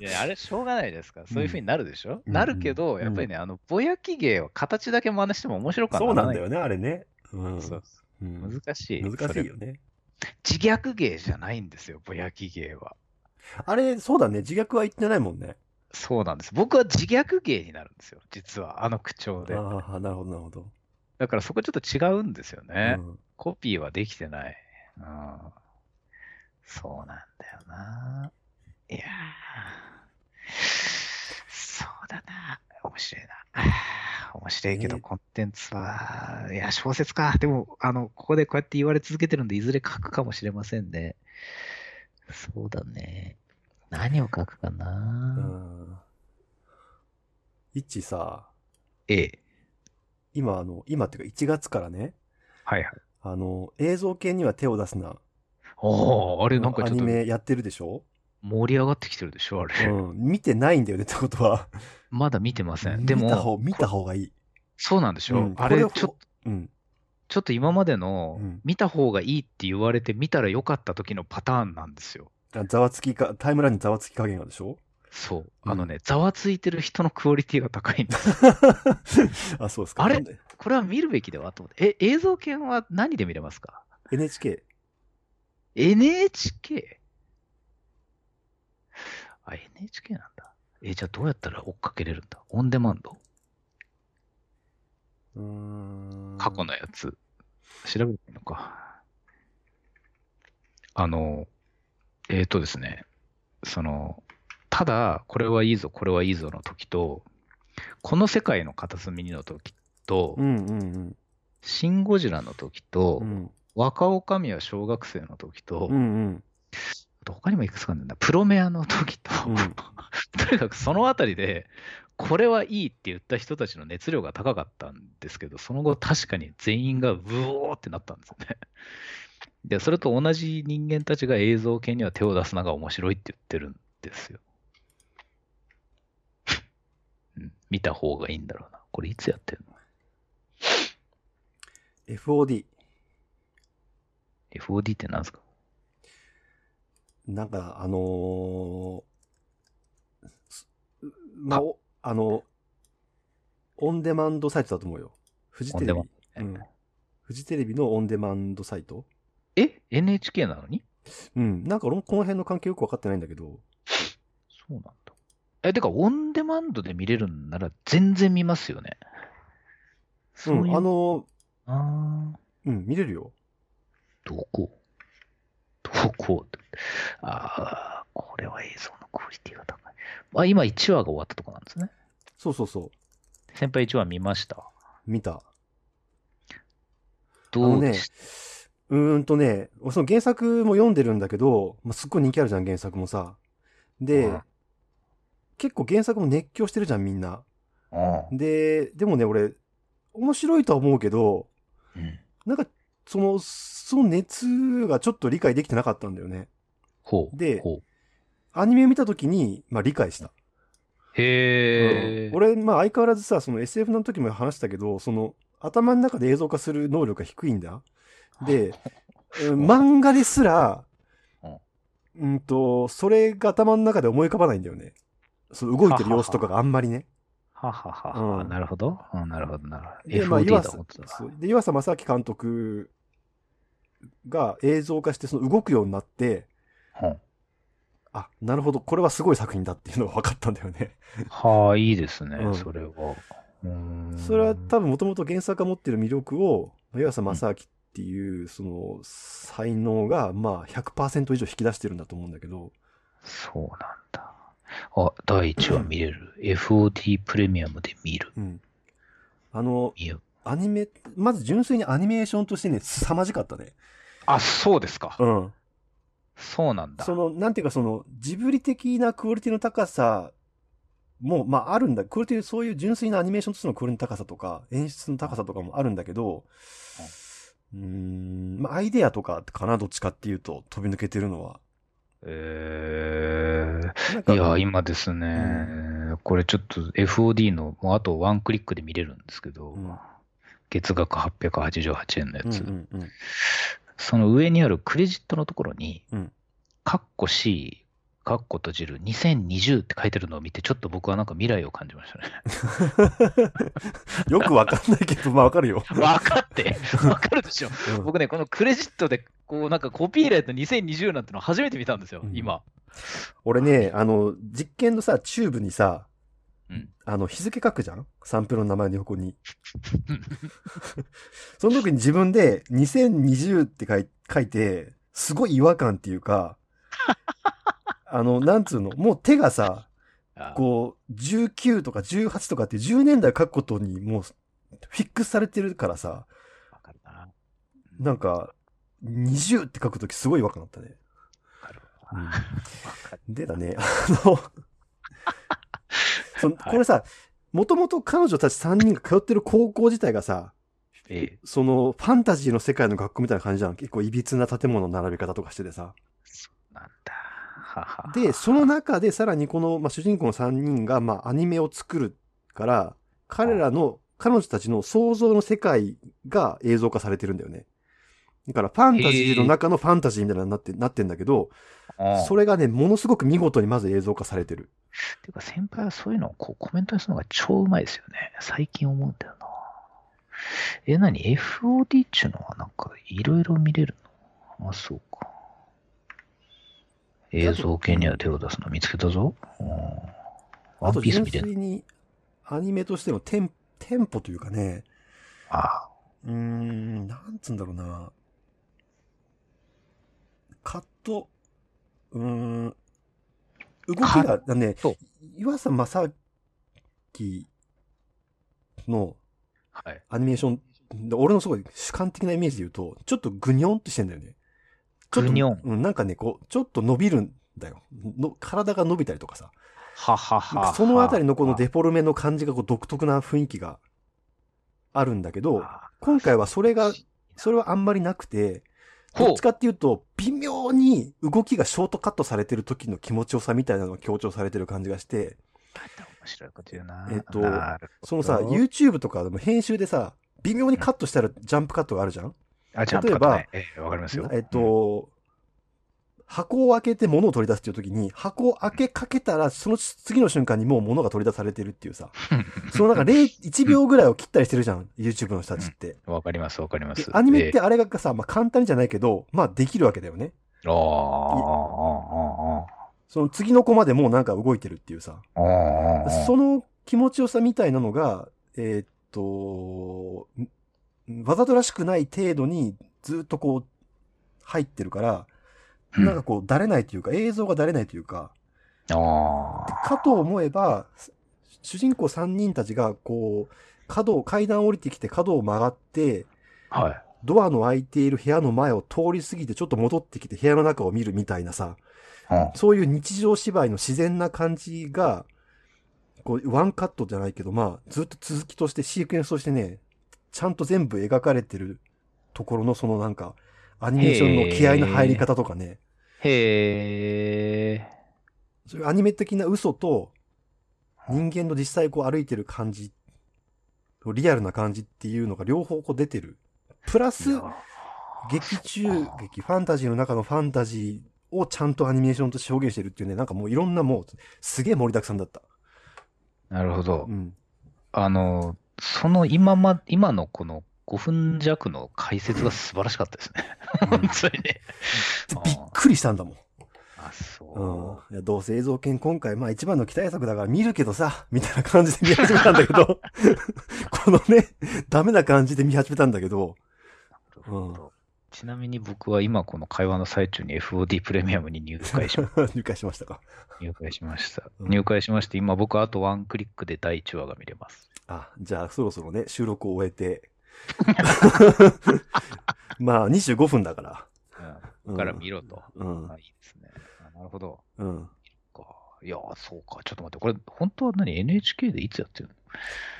[SPEAKER 2] いやあれ、しょうがないですから、そういうふうになるでしょ、
[SPEAKER 1] うん
[SPEAKER 2] なるけど、
[SPEAKER 1] うん
[SPEAKER 2] やっぱりね、あの、ぼやき芸は形だけ真似しても面白くは
[SPEAKER 1] そうな
[SPEAKER 2] な
[SPEAKER 1] ん
[SPEAKER 2] らない。
[SPEAKER 1] だよね、あれね。うん。
[SPEAKER 2] そう
[SPEAKER 1] うん
[SPEAKER 2] 難しい。
[SPEAKER 1] 難しい
[SPEAKER 2] それ
[SPEAKER 1] よね。
[SPEAKER 2] 自虐芸じゃないんですよ、ぼやき芸は。
[SPEAKER 1] あれ、そうだね。自虐は言ってないもんね。
[SPEAKER 2] そうなんです。僕は自虐芸になるんですよ、実は、あの口調で。
[SPEAKER 1] ああ、なるほど、なるほど。
[SPEAKER 2] だからそこちょっと違うんですよね。
[SPEAKER 1] うん
[SPEAKER 2] コピーはできてない。うん。そうなんだよな。いやーそうだな。面白いな。 あー面白いけど、
[SPEAKER 1] ね
[SPEAKER 2] コンテンツは、いや、小説か。でも、あの、ここでこうやって言われ続けてるんで、いずれ書くかもしれませんね。そうだね。何を書くかな。
[SPEAKER 1] うん。いっちさ、
[SPEAKER 2] ええ。
[SPEAKER 1] 今、あの、今っていうか1月からね、
[SPEAKER 2] はいはい。
[SPEAKER 1] あの、映像系には手を出すな。
[SPEAKER 2] おー、あれなんか
[SPEAKER 1] ア
[SPEAKER 2] ちょっ
[SPEAKER 1] ニ
[SPEAKER 2] と
[SPEAKER 1] メやってるでしょ
[SPEAKER 2] 盛り上がってきてるでしょ、あれ。
[SPEAKER 1] うん。見てないんだよねってことは。
[SPEAKER 2] まだ見てません。
[SPEAKER 1] 見
[SPEAKER 2] で
[SPEAKER 1] た
[SPEAKER 2] も、
[SPEAKER 1] 方、見た方がいい。
[SPEAKER 2] そうなんでしょ、
[SPEAKER 1] うん
[SPEAKER 2] あれち
[SPEAKER 1] こ
[SPEAKER 2] ょ、
[SPEAKER 1] ほ
[SPEAKER 2] ちょ
[SPEAKER 1] うん。
[SPEAKER 2] っと今までの
[SPEAKER 1] うん、
[SPEAKER 2] 見た方がいいって言われて、見たらよかった時のパターンなんですよ。
[SPEAKER 1] あざわつきか、タイムラインにざわつき加減がでしょ
[SPEAKER 2] そう。
[SPEAKER 1] うん
[SPEAKER 2] あのね、ざわついてる人のクオリティが高い んです。
[SPEAKER 1] あ、そうですか。
[SPEAKER 2] あれこれは見るべきではと思って。え、映像犬は何で見れますか
[SPEAKER 1] ?NHK。
[SPEAKER 2] ?NHK? あ、NHK なんだ。え、じゃあどうやったら追っかけれるんだオンデマンド
[SPEAKER 1] うーん。
[SPEAKER 2] 過去のやつ、調べるのか。あの、えっ、とですね、その、ただ、これはいいぞ、これはいいぞの時と、この世界の片隅にの時と
[SPEAKER 1] う、んうんうん。
[SPEAKER 2] シン・ゴジラの時と、
[SPEAKER 1] うん。
[SPEAKER 2] 若女将は小学生の時と、
[SPEAKER 1] うん うん。
[SPEAKER 2] あと他にもいくつかあるんだプロメアの時と、
[SPEAKER 1] うん
[SPEAKER 2] とにかくそのあたりで、これはいいって言った人たちの熱量が高かったんですけど、その後確かに全員がブオーってなったんですよね。で、それと同じ人間たちが映像系には手を出すのが面白いって言ってるんですよ。うん、見た方がいいんだろうな。これいつやってんの
[SPEAKER 1] FOD。
[SPEAKER 2] ?FOD ってなんですか
[SPEAKER 1] なんか、あのーすまあ、おあの、オンデマンドサイトだと思うよ。フジテレビ
[SPEAKER 2] オン。
[SPEAKER 1] うんフジテレビのオンデマンドサイト
[SPEAKER 2] え ?NHK なのに
[SPEAKER 1] うん。なんか俺もこの辺の関係よくわかってないんだけど、
[SPEAKER 2] そうなんだ。え、てか、オンデマンドで見れるんなら全然見ますよね。
[SPEAKER 1] う
[SPEAKER 2] そ
[SPEAKER 1] ん
[SPEAKER 2] うい、う
[SPEAKER 1] あの
[SPEAKER 2] ああ、
[SPEAKER 1] ーうん、見れるよ。
[SPEAKER 2] どこどこってああ、これは映像のクオリティが高い。あ、今1話が終わったとこなんですね。
[SPEAKER 1] そうそうそ
[SPEAKER 2] 先輩1話見ました。
[SPEAKER 1] う。見た。あ
[SPEAKER 2] ど
[SPEAKER 1] の
[SPEAKER 2] うで
[SPEAKER 1] ね
[SPEAKER 2] し、
[SPEAKER 1] うーんとね、俺その原作も読んでるんだけど、まあ、すっごい人気あるじゃん、原作もさ。で
[SPEAKER 2] うん、
[SPEAKER 1] 結構原作も熱狂してるじゃん、みんな。
[SPEAKER 2] たう
[SPEAKER 1] で、でもね、俺、面白いとは思うけど、
[SPEAKER 2] んうん。
[SPEAKER 1] なんか、その、その熱がちょっと理解できてなかったんだよね。
[SPEAKER 2] ほう。
[SPEAKER 1] で
[SPEAKER 2] ほう
[SPEAKER 1] アニメ見た時に、まあ理解した。
[SPEAKER 2] へえ、
[SPEAKER 1] うん俺、まあ相変わらずさ、その SF の時も話したけど、その、頭の中で映像化する能力が低いんだ。 で、うん漫画ですら
[SPEAKER 2] うん、
[SPEAKER 1] うんと、それが頭の中で思い浮かばないんだよね。そう動いてる様子とかがあんまりね。
[SPEAKER 2] はははは、
[SPEAKER 1] うん
[SPEAKER 2] なるほど。うん、なるほど、なる
[SPEAKER 1] で、ま
[SPEAKER 2] ほ
[SPEAKER 1] あ、
[SPEAKER 2] ど。FOD
[SPEAKER 1] 岩
[SPEAKER 2] だ、
[SPEAKER 1] 佐
[SPEAKER 2] 本当だ。
[SPEAKER 1] そうで岩佐正明監督が映像化して、その動くようになって、
[SPEAKER 2] うん
[SPEAKER 1] あ、なるほど、これはすごい作品だっていうのが分かったんだよね。
[SPEAKER 2] はあ、いいですね、
[SPEAKER 1] うん
[SPEAKER 2] それは。うーん
[SPEAKER 1] それは多分もともと原作が持ってる魅力を、まあ岩佐正明っていう、その、才能が、まあ100%以上引き出してるんだと思うんだけど、
[SPEAKER 2] そうなんだ。あ、第1話見れる。FOD プレミアムで見る。
[SPEAKER 1] うん。あの、
[SPEAKER 2] 見よ
[SPEAKER 1] アニメ、まず純粋にアニメーションとしてね、凄まじかったね。
[SPEAKER 2] あ、そうですか。
[SPEAKER 1] うん。
[SPEAKER 2] そうなんだ。
[SPEAKER 1] その、なんていうかその、ジブリ的なクオリティの高さも、まああるんだ。クオリティ、そういう純粋なアニメーションとしてのクオリティの高さとか、演出の高さとかもあるんだけど、うーん、まあアイデアとかかな、どっちかっていうと、飛び抜けてるのは。
[SPEAKER 2] え
[SPEAKER 1] なん
[SPEAKER 2] ー、
[SPEAKER 1] か
[SPEAKER 2] いや、今ですね、これちょっと FOD の、もうあとワンクリックで見れるんですけど、
[SPEAKER 1] うん
[SPEAKER 2] 月額888円のや
[SPEAKER 1] うん
[SPEAKER 2] つ、
[SPEAKER 1] うんうん。
[SPEAKER 2] その上にあるクレジットのところに、
[SPEAKER 1] うん
[SPEAKER 2] カッコ C、カッコ閉じる2020って書いてるのを見て、ちょっと僕はなんか未来を感じ ましたね。
[SPEAKER 1] よくわかんないけど、まあわか るよ。
[SPEAKER 2] 分かって、分かるでしょ。
[SPEAKER 1] うん
[SPEAKER 2] 僕ね、このクレジットで、こう、なんかコピーライト2020なんての初めて見たんですよ
[SPEAKER 1] う、ん
[SPEAKER 2] 今。
[SPEAKER 1] 俺ね、あの、実験のさ、チューブにさ、
[SPEAKER 2] うん
[SPEAKER 1] あの、日付書くじゃんサンプルの名前の横に。 その時に自分で2020って書い書いて、すごい違和感っていう か、あの、なんつうの、もう手がさ、
[SPEAKER 2] あ
[SPEAKER 1] こう、19とか18とかっていう10年代書くことにもうフィックスされてるからさ、
[SPEAKER 2] わかるな。わ
[SPEAKER 1] なんか、20って書くときすごい違和感だったね。
[SPEAKER 2] かるわ。
[SPEAKER 1] うん
[SPEAKER 2] わかる。
[SPEAKER 1] でだね、あの、 その
[SPEAKER 2] はい
[SPEAKER 1] これさ、もともと彼女たち3人が通ってる高校自体がさ、
[SPEAKER 2] ええ、
[SPEAKER 1] そのファンタジーの世界の学校みたいな感じじゃん。結構いびつな建物の並び方とかしててさ。
[SPEAKER 2] なんだ。はは。
[SPEAKER 1] で、その中でさらにこの、まあ、主人公の3人が、まあ、アニメを作るから、彼らの、彼女たちの想像の世界が映像化されてるんだよね。だからファンタジーの中のファンタジーみたいなのになって、なってんだけど、
[SPEAKER 2] うん
[SPEAKER 1] それがね、ものすごく見事にまず映像化されてる。
[SPEAKER 2] ていうか、先輩はそういうのをこうコメントにするのが超うまいですよね。最近思うんだよな。え、なに ?FOD っちゅうのはなんかいろいろ見れるのあ、そうか。映像系には手を出すの見つけたぞ。うんワ
[SPEAKER 1] あ
[SPEAKER 2] ン
[SPEAKER 1] と
[SPEAKER 2] ピー
[SPEAKER 1] 純
[SPEAKER 2] ス見てる。
[SPEAKER 1] 粋にアニメとしてのテンテンポというかね、
[SPEAKER 2] あ
[SPEAKER 1] うーん、なんつうんだろうな。カット、うーん、動き
[SPEAKER 2] カ
[SPEAKER 1] が、だね
[SPEAKER 2] ト、
[SPEAKER 1] 岩佐正明の
[SPEAKER 2] はい。
[SPEAKER 1] アニメーションで俺のすごい主観的なイメージで言うと、ちょっとグニョンってしてんだよね。ちょっと
[SPEAKER 2] グニョン
[SPEAKER 1] うん、なんかね、こう、ちょっと伸びるんだよ。の体が伸びたりとかさ。
[SPEAKER 2] はは
[SPEAKER 1] なん
[SPEAKER 2] は
[SPEAKER 1] かそのあたりのこのデフォルメの感じがこう独特な雰囲気があるんだけど、今回はそれが、それはあんまりなくて、ど
[SPEAKER 2] ほ
[SPEAKER 1] っ
[SPEAKER 2] う
[SPEAKER 1] ちかっていうと、微妙に動きがショートカットされてる時の気持ちよさみたいなのが強調されてる感じがして、
[SPEAKER 2] 面白いこと言うな。
[SPEAKER 1] えっと
[SPEAKER 2] なるほど
[SPEAKER 1] そのさ、YouTube とかでも編集でさ、微妙にカットしたらジャンプカットがあるじゃん
[SPEAKER 2] あ、ジャンプ
[SPEAKER 1] 例えば
[SPEAKER 2] カットねええわかりますよ。
[SPEAKER 1] えっと、箱を開けて物を取り出すっていう時に、箱を開けかけたら、その次の瞬間にもう物が取り出されてるっていうさ、そ のなんか0 1秒ぐらいを切ったりしてるじゃん、YouTube の人たちって。
[SPEAKER 2] うん。わかります、わかりま。
[SPEAKER 1] ですアニメっ
[SPEAKER 2] え
[SPEAKER 1] てあれがさ、まあ簡単にじゃないけど、まあできるわけだよね。
[SPEAKER 2] えあーあ
[SPEAKER 1] その次の子までもうなんか動いてるっていうさ、
[SPEAKER 2] ー、あーあー、あーあー。
[SPEAKER 1] その気持ちよさみたいなのが、えーっと、んわざとらしくない程度にずっとこう入ってるから、
[SPEAKER 2] うん
[SPEAKER 1] なんかこう、だれないというか、映像がだれないというか、
[SPEAKER 2] ああ。
[SPEAKER 1] かと思えば、主人公3人たちが、こう、角を、階段を降りてきて角を曲がって、
[SPEAKER 2] はい。
[SPEAKER 1] ドアの開いている部屋の前を通り過ぎて、ちょっと戻ってきて部屋の中を見るみたいなさ、
[SPEAKER 2] うん
[SPEAKER 1] そういう日常芝居の自然な感じが、こう、ワンカットじゃないけど、まあ、ずっと続きとして、シークエンスとしてね、ちゃんと全部描かれてるところの、そのなんか、アニメーションの気合の入り方とかね、
[SPEAKER 2] へえ。
[SPEAKER 1] そういうアニメ的な嘘と、人間の実際こう歩いてる感じ、リアルな感じっていうのが両方こう出てる。プラス
[SPEAKER 2] い、や
[SPEAKER 1] 劇中劇、ファンタジーの中のファンタジーをちゃんとアニメーションとして表現してるっていうね、なんかもういろんなもう、すげえ盛りだくさんだった。
[SPEAKER 2] なるほど
[SPEAKER 1] う。ん。
[SPEAKER 2] あの、その今ま、今のこの5分弱の解説が素晴らしかったですね。 本当にね。
[SPEAKER 1] びっくりしたんだもん。
[SPEAKER 2] あ、そう。
[SPEAKER 1] うん。いやどうせ映像研今回、まあ一番の期待作だから見るけどさ、みたいな感じで見始めたんだけ ど、このね、ダメな感じで見始めたんだけど、
[SPEAKER 2] なるほどちなみに僕は今この会話の最中に FOD プレミアムに入 会しま
[SPEAKER 1] 理解しましたか。
[SPEAKER 2] 入会しました。
[SPEAKER 1] うん
[SPEAKER 2] 入会しまして、今僕あとワンクリックで第1話が見れます。
[SPEAKER 1] あ、じゃあそろそろね、収録を終え て。 まあ25分だから。
[SPEAKER 2] うん。こ
[SPEAKER 1] う
[SPEAKER 2] こ
[SPEAKER 1] ん
[SPEAKER 2] から見ろと。
[SPEAKER 1] うん
[SPEAKER 2] あ、。いいですね。あなるほど。
[SPEAKER 1] うん。
[SPEAKER 2] かいやー、そうか。ちょっと待って、これ本当は何 ?NHK でいつやってる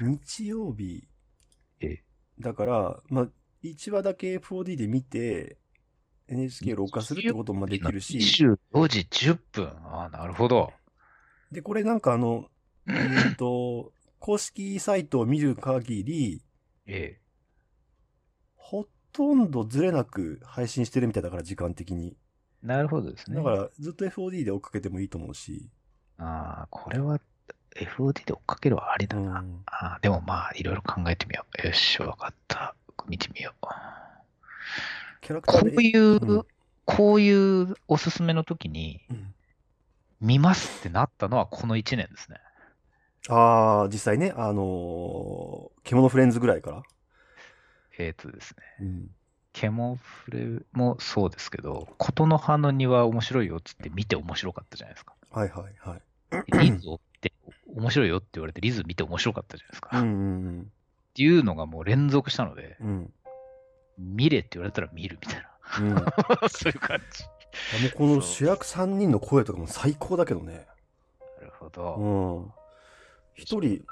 [SPEAKER 2] の
[SPEAKER 1] 日曜日。
[SPEAKER 2] え
[SPEAKER 1] だから、まあ、1話だけ 4D で見て、NHK 録画するってこともできるし、
[SPEAKER 2] 24時10分。ああ、なるほど。
[SPEAKER 1] で、これなんかあの、えーっ と、公式サイトを見る限り、
[SPEAKER 2] ええ。
[SPEAKER 1] ほとんどずれなく配信してるみたいだから、時間的に。
[SPEAKER 2] なるほどですね。
[SPEAKER 1] だから、ずっと FOD で追っかけてもいいと思うし。
[SPEAKER 2] ああ、これは FOD で追っかけるはありだな。
[SPEAKER 1] うん
[SPEAKER 2] ああ、でもまあ、いろいろ考えてみよう。よし、わかった。見てみよう。
[SPEAKER 1] キャラクタ
[SPEAKER 2] こ
[SPEAKER 1] ーで。
[SPEAKER 2] ういう、
[SPEAKER 1] うん
[SPEAKER 2] こういうおすすめの時に、
[SPEAKER 1] うん
[SPEAKER 2] 見ますってなったのはこの1年ですね。
[SPEAKER 1] ああ、実際ね、あのー、獣フレンズぐらいから。
[SPEAKER 2] えっ、とです
[SPEAKER 1] う
[SPEAKER 2] ね。
[SPEAKER 1] ん。
[SPEAKER 2] ケモフレもそうですけど、ことの葉の庭面白いよっつって見て面白かったじゃないですか。
[SPEAKER 1] はいはいはい。
[SPEAKER 2] リズを追って面白いよって言われて、リズ見て面白かったじゃないですか。
[SPEAKER 1] うん
[SPEAKER 2] っ
[SPEAKER 1] うん
[SPEAKER 2] ていうのがもう連続したので、
[SPEAKER 1] うん。うん。
[SPEAKER 2] 見れって言われたら見るみたい
[SPEAKER 1] うん、もう
[SPEAKER 2] な。そういう感じ。
[SPEAKER 1] この主役3人の声とかも最高だけどね。
[SPEAKER 2] なるほ
[SPEAKER 1] う
[SPEAKER 2] ど。
[SPEAKER 1] ん。一人、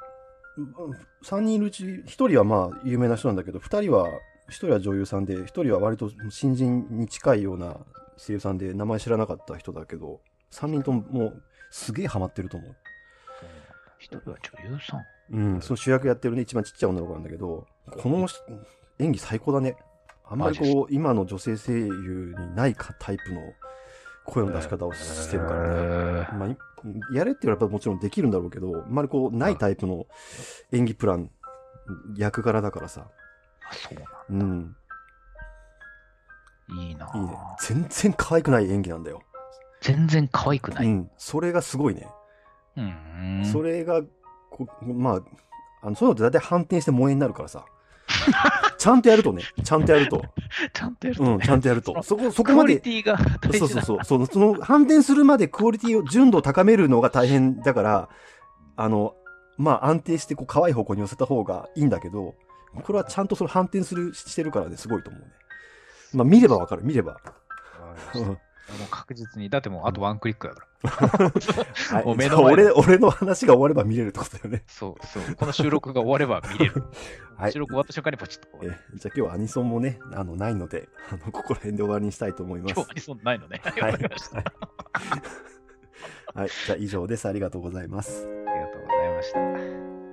[SPEAKER 1] 3人いるうち、一人はまあ有名な人なんだけど、二人は、一人は女優さんで、一人は割と新人に近いような声優さんで、名前知らなかった人だけど、3人とももうすげえハマってると思う。
[SPEAKER 2] 一人は女優さん。
[SPEAKER 1] うん、その主役やってるね、一番ちっちゃい女の子なんだけど、この人演技最高だね。あんまり
[SPEAKER 2] マジ
[SPEAKER 1] こう、今の女性声優にないかタイプの声の出し方をしてるからね。
[SPEAKER 2] ね。
[SPEAKER 1] まあい、やれって言わればもちろんできるんだろうけど、あんまりこう、ないタイプの演技プラン、役柄だからさ。
[SPEAKER 2] あそう
[SPEAKER 1] うん。
[SPEAKER 2] なんいいない
[SPEAKER 1] いね。全然可愛くない演技なんだよ。
[SPEAKER 2] 全然可愛くな
[SPEAKER 1] う
[SPEAKER 2] い。
[SPEAKER 1] ん。それがすごいね。
[SPEAKER 2] うん。
[SPEAKER 1] それが、こまあ、あの、そういうのって大体反転して萌えになるから さ。ちゃんとやるとね、ちゃんとやると。
[SPEAKER 2] ちゃんとやるとね
[SPEAKER 1] うん、ちゃんとやる
[SPEAKER 2] その
[SPEAKER 1] と。そこ、そこ
[SPEAKER 2] ク
[SPEAKER 1] ま
[SPEAKER 2] オリ
[SPEAKER 1] で。
[SPEAKER 2] ティが大事
[SPEAKER 1] そう
[SPEAKER 2] な
[SPEAKER 1] そうそう。その、その、反転するまでクオリティを、純度を高めるのが大変だから、あの、まあ安定して、こう、可愛い方向に寄せた方がいいんだけど、これはちゃんとそれ反転するしてるからね、すごいと思うね。まあ見ればわかる、見れば。うん
[SPEAKER 2] もう確実に。だってもうあとワンクリックだから。
[SPEAKER 1] はい
[SPEAKER 2] もう目の
[SPEAKER 1] じゃあ
[SPEAKER 2] 前
[SPEAKER 1] 俺俺の話が終われば見れるってことだよね。
[SPEAKER 2] そうそう。この収録が終われば見れる。
[SPEAKER 1] はい。
[SPEAKER 2] 収録終わった瞬間にポチッと終わ
[SPEAKER 1] え
[SPEAKER 2] る。
[SPEAKER 1] じゃあ今日はアニソンもね、あの、ないので、あの、ここら辺で終わりにしたいと思います。
[SPEAKER 2] 今日アニソンないのね。あり
[SPEAKER 1] は
[SPEAKER 2] が
[SPEAKER 1] い
[SPEAKER 2] とうございました。あ
[SPEAKER 1] はい。じゃあ以上です。ありがとうございます。
[SPEAKER 2] りがとうございました。